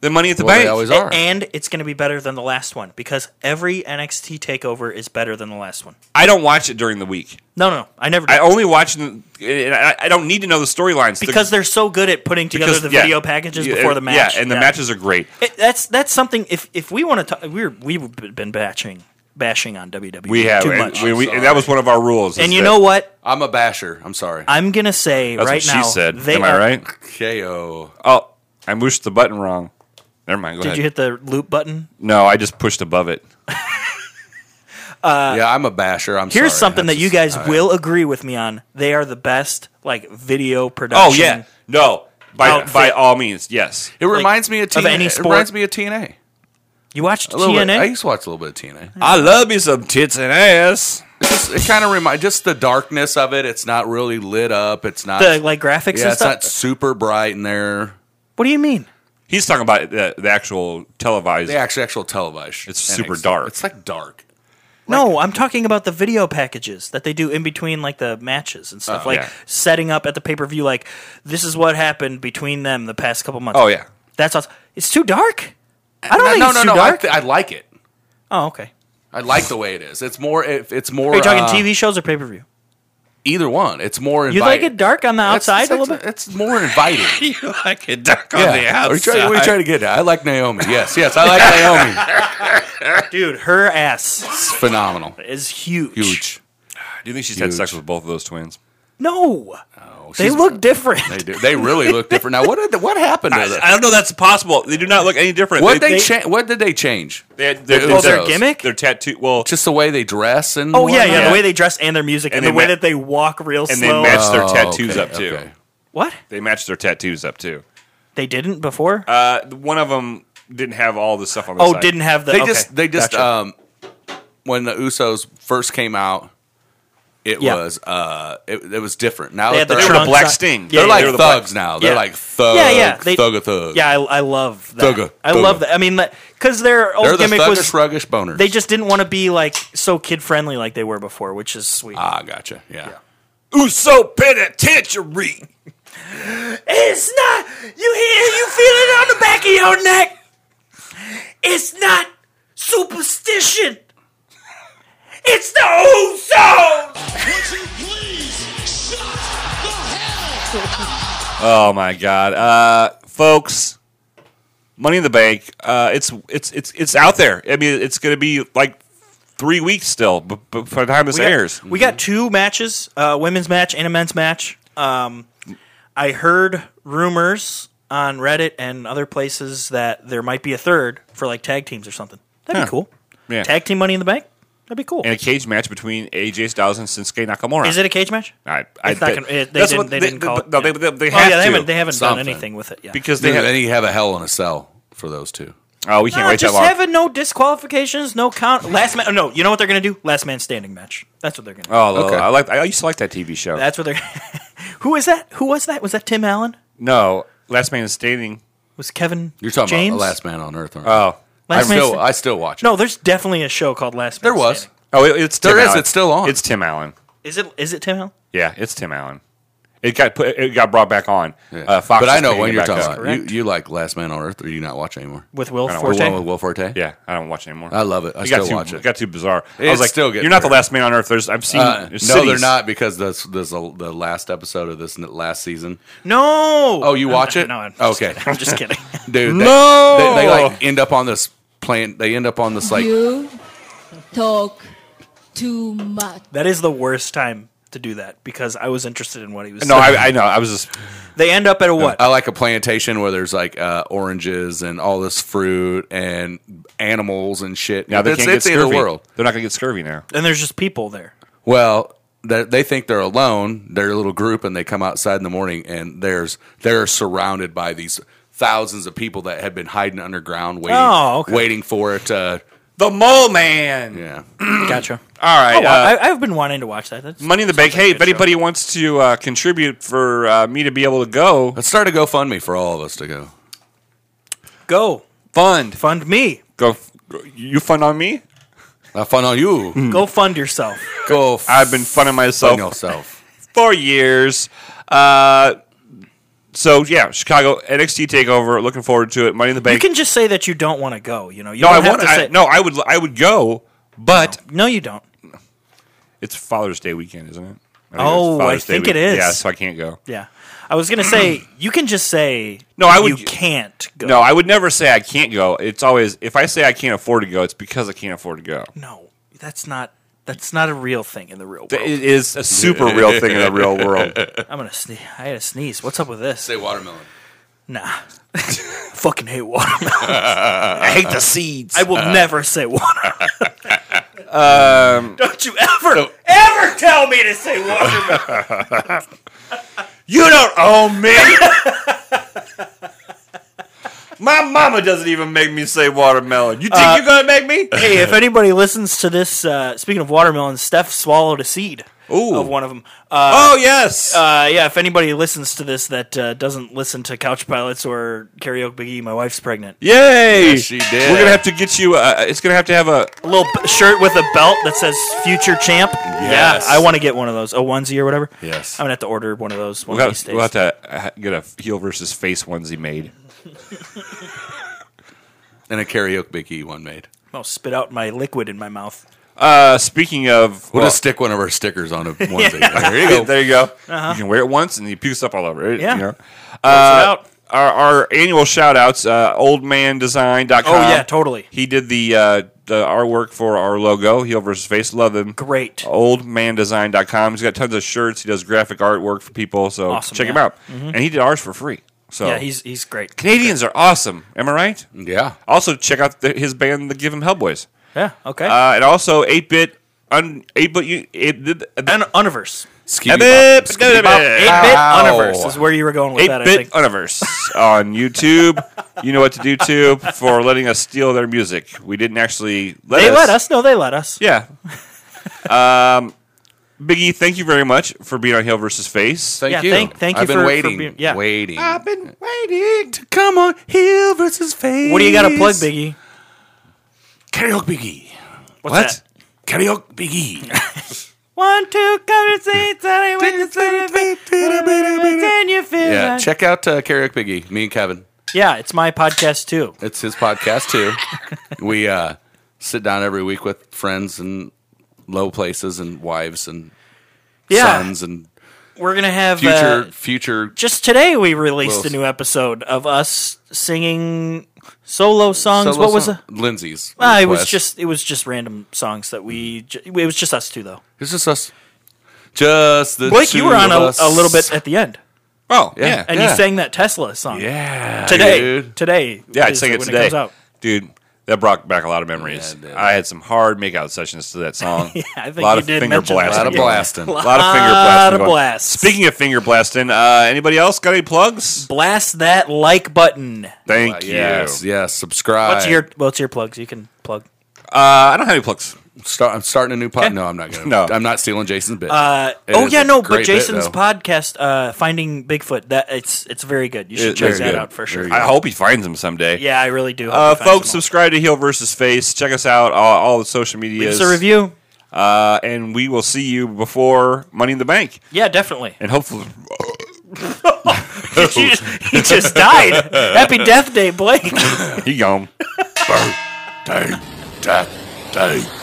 than Money at the
Well, they
Bank.
always
A-
are.
and it's going to be better than the last one because every NXT takeover is better than the last one.
I don't watch it during the week.
No, no, I never. Do.
I only watch and I, I don't need to know the storylines The-
because they're so good at putting together
because-
the
yeah. er,
video packages
Yeah,
before the match.
Yeah, and the matches are great.
It- that's that's something. If if we want to talk, we're we've been batching bashing on WWE.
We have
too
and,
much.
we- we- and that was one of our rules. is
and you
that-
know what?
I'm a basher. I'm sorry.
I'm gonna say
that's
right
what she
now.
said.
They
Am I
are-
right?
KO.
Oh, I pushed the button wrong. Never mind. Go
Did
ahead.
you hit the loop button?
no, I just pushed above it.
yeah, I'm a basher. I'm
uh, Here's
sorry.
something
That's
that you
just-
guys
all right.
will agree with me on. They are the best like video
Oh
production.
yeah, no. By
Outfit.
by all means, yes.
It reminds me of TNA.
any
It
sport.
reminds me of TNA.
You watched
A little bit. I
TNA?
used to watch a little bit of TNA.
I love me some tits and ass.
It just, it kind of reminds just the darkness of it. It's not really lit up. It's not.
The like graphics
yeah,
and
it's
stuff.
not super bright in there.
what do you mean?
He's talking about the, the actual televised.
The actual actual television.
It's super dark.
It's like dark.
no, I'm talking about the video packages that they do in between like the matches and stuff, like
yeah.
setting up at the pay per view. Like this is what happened between them the past couple months.
Oh yeah,
that's awesome. It's too dark. I don't think
no,
it's
no,
too
no. I,
dark.
th- I like it.
oh, okay.
I like the way it is. It's more. It, it's more.
Are you talking
uh,
TV shows or pay per view?
Either one. It's more. Invite-
You like it dark on the
It's-
outside
it's,
a little bit?
It's more inviting.
you like a duck on
Are you trying, what are you trying to get at? I like Naomi. Yes, yes, I like Naomi.
Dude, her ass
It's phenomenal.
is huge.
Huge.
Do you think she's had
Huge.
sex with both of those twins?
No,
Oh,
they
she's-
look different.
They do. They really look different now. What did, what happened to them?
I don't know. That's possible. They do not look any different.
What they,
they-
cha- What did they change?
They, they,
Well, their
gimmick?
their tattoo. Well,
Just the way they dress and.
Oh yeah, yeah.
Yeah.
The way they dress and their music and,
And
the
they
way
ma-
that they walk real
and they
slow.
match their tattoos up too.
what?
They match their tattoos up too.
They didn't before.
Uh, one of them didn't have all the stuff on the
oh,
side.
didn't have the.
They
okay,
just. They just.
gotcha.
Um, when the Usos first came out, it
Yeah.
was. Uh, it, it was different. Now that
They had the
they're,
They were the
trunks
Black
on-
Sting.
Yeah,
they're
yeah,
like
they were the
thugs now. They're
Yeah.
like thug.
yeah, yeah. They,
thug a thug.
Yeah, I, I love that.
Thugga,
I
thugga.
love that. I mean, because their
They're
old
the
gimmick
thuggish,
was
ruggish boners.
they just didn't want to be like so kid friendly like they were before, which is sweet.
Ah, gotcha. Yeah.
Uso Penitentiary.
It's not. You hear? You feel it on the back of your neck. It's not superstition. It's the Usos.
Would you please shut the hell up?
Oh my god, uh, folks! Money in the Bank. Uh, it's it's it's it's out there. I mean, it's going to be like three weeks still b- b- by the time this
We got-
airs.
We got two matches: a women's match and a men's match. Um, I heard rumors on Reddit and other places that there might be a third for like tag teams or something. That'd be
Huh.
cool.
Yeah.
Tag team Money in the Bank. That'd be cool.
and a cage match between AJ Styles and Shinsuke Nakamura.
Is it a cage match?
I, I,
It's not gonna- it- they didn't- they didn't call it,
No,
yeah.
they, they, they
Oh
have
yeah, they
to
haven't, they haven't done
Something.
anything with it. Yeah.
because they
Then,
have.
then you have a hell in a cell for those two.
Oh, we can't
No,
wait that
just
long.
having no disqualifications, no count. Last man. No, you know what they're gonna do? Last man standing match. That's what they're gonna. do.
oh, okay.
Okay.
I like. I used to like that TV show.
That's what they're. Who is that? Who was that? Was that Tim Allen?
no, Last Man Standing.
Was Kevin?
You're talking
James?
about Last Man on Earth. Aren't you?
Oh,
I
Last Man
still,
Sta-
I still watch.
No, there's definitely a show called Last Man.
There was.
Standing.
oh, it, it's Tim
There is,
Allen.
it's still on.
It's Tim Allen.
Is it? Is it Tim Allen?
Yeah, it's Tim Allen. It got put, it got brought back on.
Yeah.
Uh, Fox
but I
is
know
picking
when
it
you're
back
talking
up.
about. You, you like Last Man on Earth, or you not watch anymore?
with Will
don't know.
The
Forte.
one with Will Forte.
Yeah, I don't watch it anymore.
I love it. I
it
still
got too,
watch it.
got too bizarre. I
It's
was like,
still getting
you're not the
better.
last man on earth. There's I've seen
Uh,
there's
no, they're
cities.
not because this this the last episode of this n- last season.
No.
Oh, you watch it?
No, I'm just
okay,
kidding. I'm just kidding.
dude. They,
No!
they, they, like end up on this plane. They end up on this like
you talk too much.
that is the worst time to do that because I was interested in what he was
No,
saying.
I, I know. I was just
they end up at a what?
I Uh, like a plantation where there's like uh, oranges and all this fruit and animals and shit.
now they
it's
can't
it's
get
the end
scurvy.
of the world.
They're not gonna get scurvy now.
and there's just people there.
Well, they they think they're alone. They're a little group, and they come outside in the morning, and there's they're surrounded by these thousands of people that had been hiding underground, waiting,
Oh, okay.
waiting for it. To,
The mole man.
yeah,
Gotcha.
All right. uh,
Oh, I, I've been wanting to watch that. That's,
Money in the Bank. Hey,
a
if
good show.
anybody wants to uh, contribute for uh, me to be able to go,
let's start a GoFundMe for all of us to go.
go
fund.
fund me.
Go. You fund on me?
Have fun on
Hmm.
you.
Go fund yourself.
Go. F-
I've been funding
on
myself
yourself.
for years. Uh, so yeah, Chicago NXT Takeover. Looking forward to it. Money in the
You
Bank.
can just say that you don't want to go. You know. You
no,
don't
I
have
want.
to
I,
say
no, I would. I would go, but
No, you don't.
it's Father's Day weekend, isn't it? I think
Oh,
it's Father's
I think
week-
it is.
Yeah, so I can't go.
Yeah. I was gonna say you can just say
No, I would-
you can't go.
No, I would never say I can't go. It's always if I say I can't afford to go, it's because I can't afford to go.
No, that's not that's not a real thing in the real world.
It is a super real thing in the real world.
I'm gonna sneeze. I had a sneeze. What's up with this?
Say watermelon.
Nah. Fucking hate watermelon.
I hate the seeds.
I will never say watermelon. um, Don't you ever, ever tell me to say watermelon.
You don't own me. My mama doesn't even make me say watermelon. You think
Uh,
you're gonna make me?
hey, if anybody listens to this, uh, speaking of watermelon, Steph swallowed a seed
Ooh.
of one of them. Uh,
oh yes.
uh, yeah, if anybody listens to this that uh, doesn't listen to Couch Pilots or Karaoke Biggie, my wife's pregnant.
Yay!
Yes, she did.
We're gonna have to get you. Uh, it's gonna have to have a.
A little b- shirt with a belt that says "Future Champ."
Yes.
Yeah, I want to get one of those, a onesie or whatever.
Yes.
I'm gonna have to order one of those one
We'll
of these
have,
days.
we'll have to uh, get a heel versus face onesie made.
And a karaoke Bicky one made.
I'll spit out my liquid in my mouth.
Uh, speaking of,
We'll,
well,
just stick one of our stickers on a onesie. There you go.
there you go. You can wear it once and you puke up all over it.
Uh-huh. Yeah.
You know?
it
Uh,
out.
our, our annual shout outs, uh, oldmandesign.com.
Oh yeah, totally.
He did the uh, the artwork for our logo, Heel versus Face. Love him.
Great.
Oldmandesign.com. He's got tons of shirts. He does graphic artwork for people. So
Awesome,
check him
yeah. Mm-hmm.
out. And he did ours for free. So
Yeah, he's he's great.
Canadians are awesome. Am I right?
Yeah.
Also, check out the, his band, the Give Him Hellboys.
Yeah. Okay.
Uh, and also, 8 bit. Un, 8 bit. You, it, the,
and Universe.
Skeety bop, skeety bop.
Eight bit
Eight
Universe is where you were going with that. I
bit
think.
universe on YouTube. You know what to do, too, for letting us steal their music. We didn't actually let
They
us.
let us. No, they let us.
Yeah. um, Biggie, thank you very much for being on Hill versus Face.
Thank
Yeah,
you.
thank- thank you
I've been
for- for
waiting.
being- yeah.
Waiting.
I've been waiting. To-
Come on, heel versus face.
What do you got to plug, Biggie?
Karaoke Biggie. What?
What's
Karaoke Biggie.
One, two, come and see, tell me when you you feel
yeah,
like-
check out uh, Karaoke Biggie. Me and Kevin.
yeah, it's my podcast too.
It's his podcast too. we uh, sit down every week with friends and low places and wives and
Yeah,
sons and
we're gonna have
future
uh,
future.
just today we released
Well,
a new episode of us singing solo songs.
solo
what was
song-
it?
Lindsay's?
Ah, it was
request.
just it was just random songs that we ju- it was just us two though.
it's just us. Just the
Blake, you
two
were on
of
a,
us.
a little bit at the end,
oh, yeah.
Yeah.
Yeah,
and you sang that Tesla song.
yeah
today,
dude.
today,
I'd
is
sing it
when
today.
comes out.
Dude, that brought back a lot of memories.
Yeah, it did.
I had some hard makeout sessions to that song. yeah,
I think
a lot
you
of
did
finger
mention
blasting.
Lot of blasting.
A lot of finger
Lot
blasting.
of
going on.
blasts.
Speaking of finger blasting, uh, anybody else got any plugs?
Blast that like button.
Thank you.
Yes, yes. Subscribe.
What's your what's your plugs? You can plug.
Uh, I don't have any plugs.
Start, I'm starting a new pod. No, I'm not going to.
No.
I'm not stealing Jason's bit.
Uh,
It
oh
is
yeah,
a
no, but
great bit,
Jason's
though.
podcast, uh, Finding Bigfoot, that it's it's very good. You should
It-
check
very
that
good.
out for sure.
Very
I hope he finds them someday.
Yeah, I really do. hope
Uh,
you find
folks,
some more.
subscribe to Heel versus Face. Check us out all, all the social
Leave
media.
us a review.
uh, and we will see you before Money in the Bank,
Yeah, definitely.
and hopefully,
he, just, he just died. Happy Death Day, Blake.
He gone.
Dang, dang, dang.